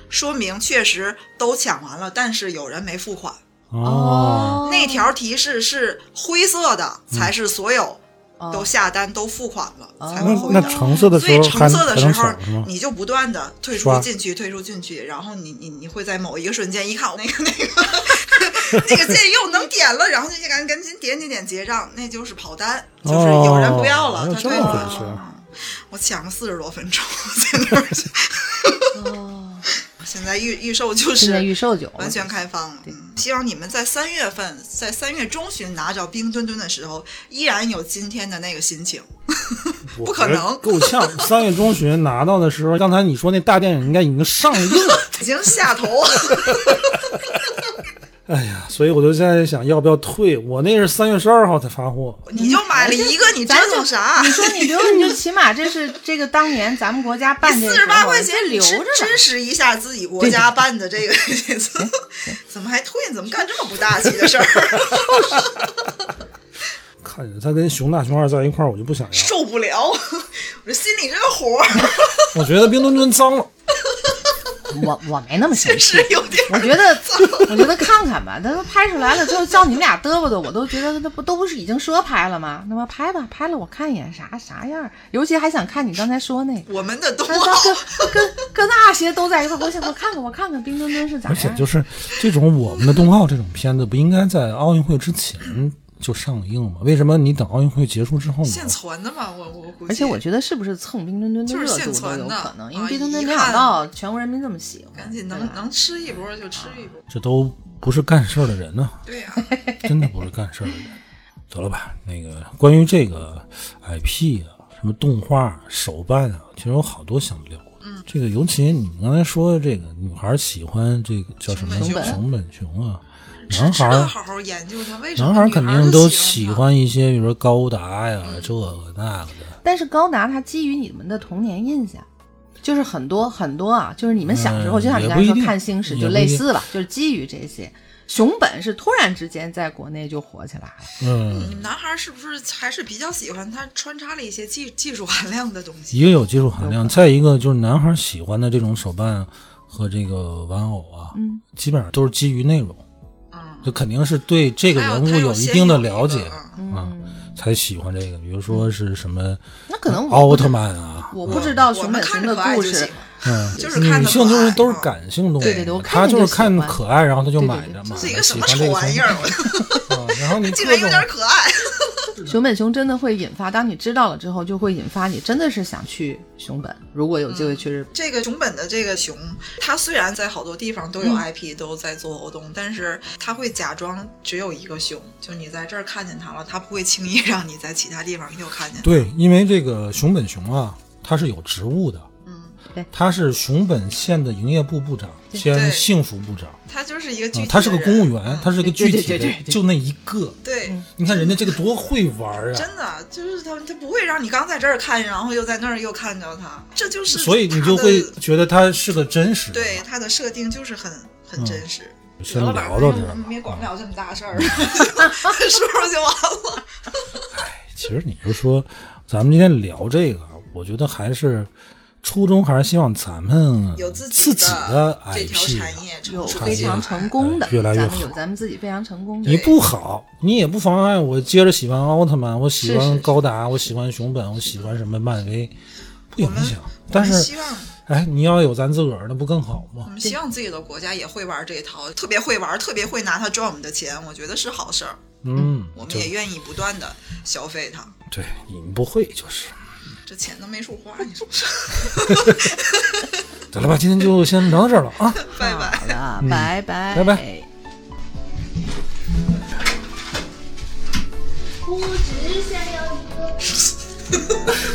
S2: 说明确实都抢完了，但是有人没付款。
S1: 哦，
S2: 那条提示是灰色的，
S1: 嗯
S2: 才是所有都下单、都付款了
S3: 哦
S2: 才
S1: 那
S2: 会回
S1: 那
S2: 到。
S1: 橙色的
S2: 所
S1: 时
S2: 以
S1: 候
S2: 橙
S1: 还
S2: 色的时
S1: 能
S2: 候
S1: 少是吗，？
S2: 你就不断的退出
S1: 刷
S2: 进去，退出进去，然后你你你会在某一个瞬间一看，我那个那个那个键又能点了，然后就赶赶紧点点点结账，那就是跑单，就是有人不要了，
S1: 哦
S2: 他
S1: 这
S2: 退
S1: 么
S2: 款
S1: 回事
S2: 了。我抢了四十多分钟， 在那儿。
S3: 哦，
S2: 现在预预售就
S3: 现在预
S2: 是
S3: 售酒
S2: 完全开放了，嗯希望你们在三月份，在三月中旬拿着冰墩墩的时候，依然有今天的那个心情。不可能
S1: 我觉得够 呛。三月中旬拿到的时候，刚才你说那大电影应该已经上映了。
S2: 已经下头了，
S1: 哎呀，所以我就现在想要不要退？我那是三月十二号才发货，
S2: 你就买了一个，你折
S3: 咱就
S2: 腾啥
S3: 你？说你留着，你就起码这 是这个当年咱们国家办这
S2: 四
S3: 个
S2: 十
S3: 时
S2: 八
S3: 候，
S2: 块
S3: 你
S2: 钱
S3: 先留着吧
S2: 支。持一下自己国家办的这个，这次 怎么还退？怎么干这么不大气的事儿？
S1: 看着它跟熊大、熊二在一块儿，我就不想要。
S2: 受不了！ 我这心里这个火儿
S1: 我觉得冰墩墩脏了，
S3: 我我没那么生
S2: 真
S3: 气
S2: 是。有点
S3: 我觉得，我觉得看看吧，他都拍出来了之后叫你们俩嘚啵嘚，我都觉得那不都不是已经说拍了吗？那么拍吧，拍了我看一眼啥啥样儿，尤其还想看你刚才说那个，
S2: 我们的都
S3: 他他跟跟跟那些都在一块儿，我想我看看我看看冰墩墩是咋
S1: 而且
S3: 样，
S1: 就是这种我们的冬奥这种片子，不应该在奥运会之前就上映吗？为什么你等奥运会结束之后呢？
S2: 现传的嘛，我我估计。
S3: 嗯而且我觉得是不是蹭冰墩墩的
S2: 就是
S3: 热
S2: 现
S3: 度都
S2: 传
S3: 有
S2: 的
S3: 可能，因
S2: 啊
S3: 为冰墩墩
S2: 一
S3: 没
S2: 看
S3: 想到全国人民这么喜欢，
S2: 赶紧
S3: 对啊
S2: 能
S3: 吧
S2: 能吃一波就吃一波。
S1: 这都不是干事儿的人呢、
S2: 对呀、
S3: 哎
S1: 真的不是干事儿的人。得了吧，那个关于这个 IP 啊，什么动画、手办啊，其实有好多想聊的。嗯，这个尤其你刚才说的这个女孩喜欢这个叫什么
S2: 熊
S3: 本熊
S1: 熊本熊啊，
S2: 只
S1: 男
S2: 只
S1: 孩
S2: 要
S1: 儿
S2: 好好研究它为什
S1: 男孩
S2: 么女孩
S1: 儿
S2: 儿
S1: 肯定都喜欢一些，比如说高达呀、这个那个的。
S3: 但是高达它基于你们的童年印象，就是很多很多啊，就是你们小时候，
S1: 嗯
S3: 就像你
S1: 也
S3: 刚才
S1: 不一
S3: 说
S1: 定
S3: 看星矢
S1: 也
S3: 就
S1: 不
S3: 类
S1: 一定
S3: 似吧，就是基于这些。熊本是突然之间在国内就火起来了，
S1: 嗯，
S2: 你们男孩儿是不是还是比较喜欢它穿插了一些技技术含量的东西？
S1: 一个有技术含量，再一个就是男孩儿喜欢的这种手办和这个玩偶啊，
S3: 嗯，
S1: 基本上都是基于内容，
S2: 嗯，
S1: 就肯定是对这个
S2: 还
S1: 人物
S2: 它
S1: 有
S2: 有
S1: 一
S2: 先
S1: 定的
S2: 有一
S1: 了
S2: 个
S1: 解。
S2: 嗯
S1: 啊，才喜欢这个。比如说是什么
S3: 嗯
S1: 呃
S3: 那可能我
S1: 奥
S3: 不
S1: 特
S3: 知
S1: 曼啊，
S3: 我不知道
S2: 我
S3: 熊
S2: 们
S3: 本
S2: 看
S3: 熊
S2: 着
S3: 的
S2: 可爱
S3: 故
S2: 就喜
S3: 事
S2: 欢，
S1: 嗯，
S2: 就是看
S1: 女
S2: 着
S1: 性
S2: 可
S1: 就
S2: 爱
S1: 是都是
S2: 嗯
S1: 感性动物，
S3: 对对对我
S1: 她
S3: 看着
S1: 就是
S3: 就
S1: 看
S3: 喜
S1: 着
S3: 欢
S1: 可爱，然后她就买着，
S3: 对对对
S1: 买
S2: 这是一
S1: 着
S2: 个什
S1: 喜
S2: 么
S1: 欢
S2: 丑
S1: 这个
S2: 玩意
S1: 东
S2: 儿？我
S1: 西啊，然后你
S2: 竟
S1: 各
S2: 然
S1: 种
S2: 有点可爱。
S3: 熊本熊真的会引发，当你知道了之后，就会引发你真的是想去熊本，如果有机
S2: 嗯
S3: 会去日本。
S2: 这个熊本的这个熊，它虽然在好多地方
S3: 嗯
S2: 都有 IP，、都在做活动，但是它会假装只有一个熊，就你在这儿看见它了，它不会轻易让你在其他地方又看见。
S1: 对，因为这个熊本熊啊，它是有职务的，
S2: 嗯，
S1: 它是熊本县的营业部部长兼
S2: 对
S1: 幸福部长，
S2: 它就是一个具体
S1: 啊
S2: 的，人、
S1: 他是个公务员
S2: 嗯，
S1: 他是个具
S3: 对对
S1: 体
S3: 对对
S1: 的，
S3: 对
S1: 就那一个。
S2: 对。
S1: 你看人家这个多会玩儿嗯啊！
S2: 真的就是他，他不会让你刚在这儿看，然后又在那儿又看着他，这就是
S1: 所以你
S2: 它
S1: 就
S2: 的
S1: 会觉得他是个真实的。
S2: 对它的设定就是很很真实。
S1: 先
S2: 得了
S1: 聊到这儿嗯
S2: 吧
S1: 吧，
S2: 没管不了这么大事儿，说 说就完了。
S1: 其实你就说，咱们今天聊这个啊，我觉得还是初衷还是希望咱们
S2: 有自
S1: 己
S2: 己
S1: 的
S2: 这
S1: IP，
S2: 条产业，
S3: 有
S2: 成熟
S3: 非
S2: 起
S3: 常
S2: 来
S3: 成功的，
S1: 哎越来越
S3: 咱们有
S1: 好
S3: 咱们自己非常成功的
S1: 你不好，你也不妨碍我接着喜欢奥特曼，我喜
S3: 是是
S1: 欢
S3: 是
S1: 高达，我喜欢熊本，我喜欢什么漫威，不影响。
S2: 我
S1: 但
S2: 们希
S1: 是，
S2: 望
S1: 哎，你要有咱自个儿的，不更好
S2: 我
S1: 吗？
S2: 们希望自己的国家也会玩这一套，特别会玩，特别会拿它赚我们的钱，我觉得是好事儿。
S1: 嗯，
S2: 我们
S1: 就
S2: 也愿意不断的消费它，
S1: 对，你们不会就是。
S2: 这钱都没处花， 你说是？
S1: 啊得了吧，今天就先聊到这儿了 啊。
S2: 拜拜。
S3: 好了，拜拜，
S1: 拜拜。
S4: 不只想要一个。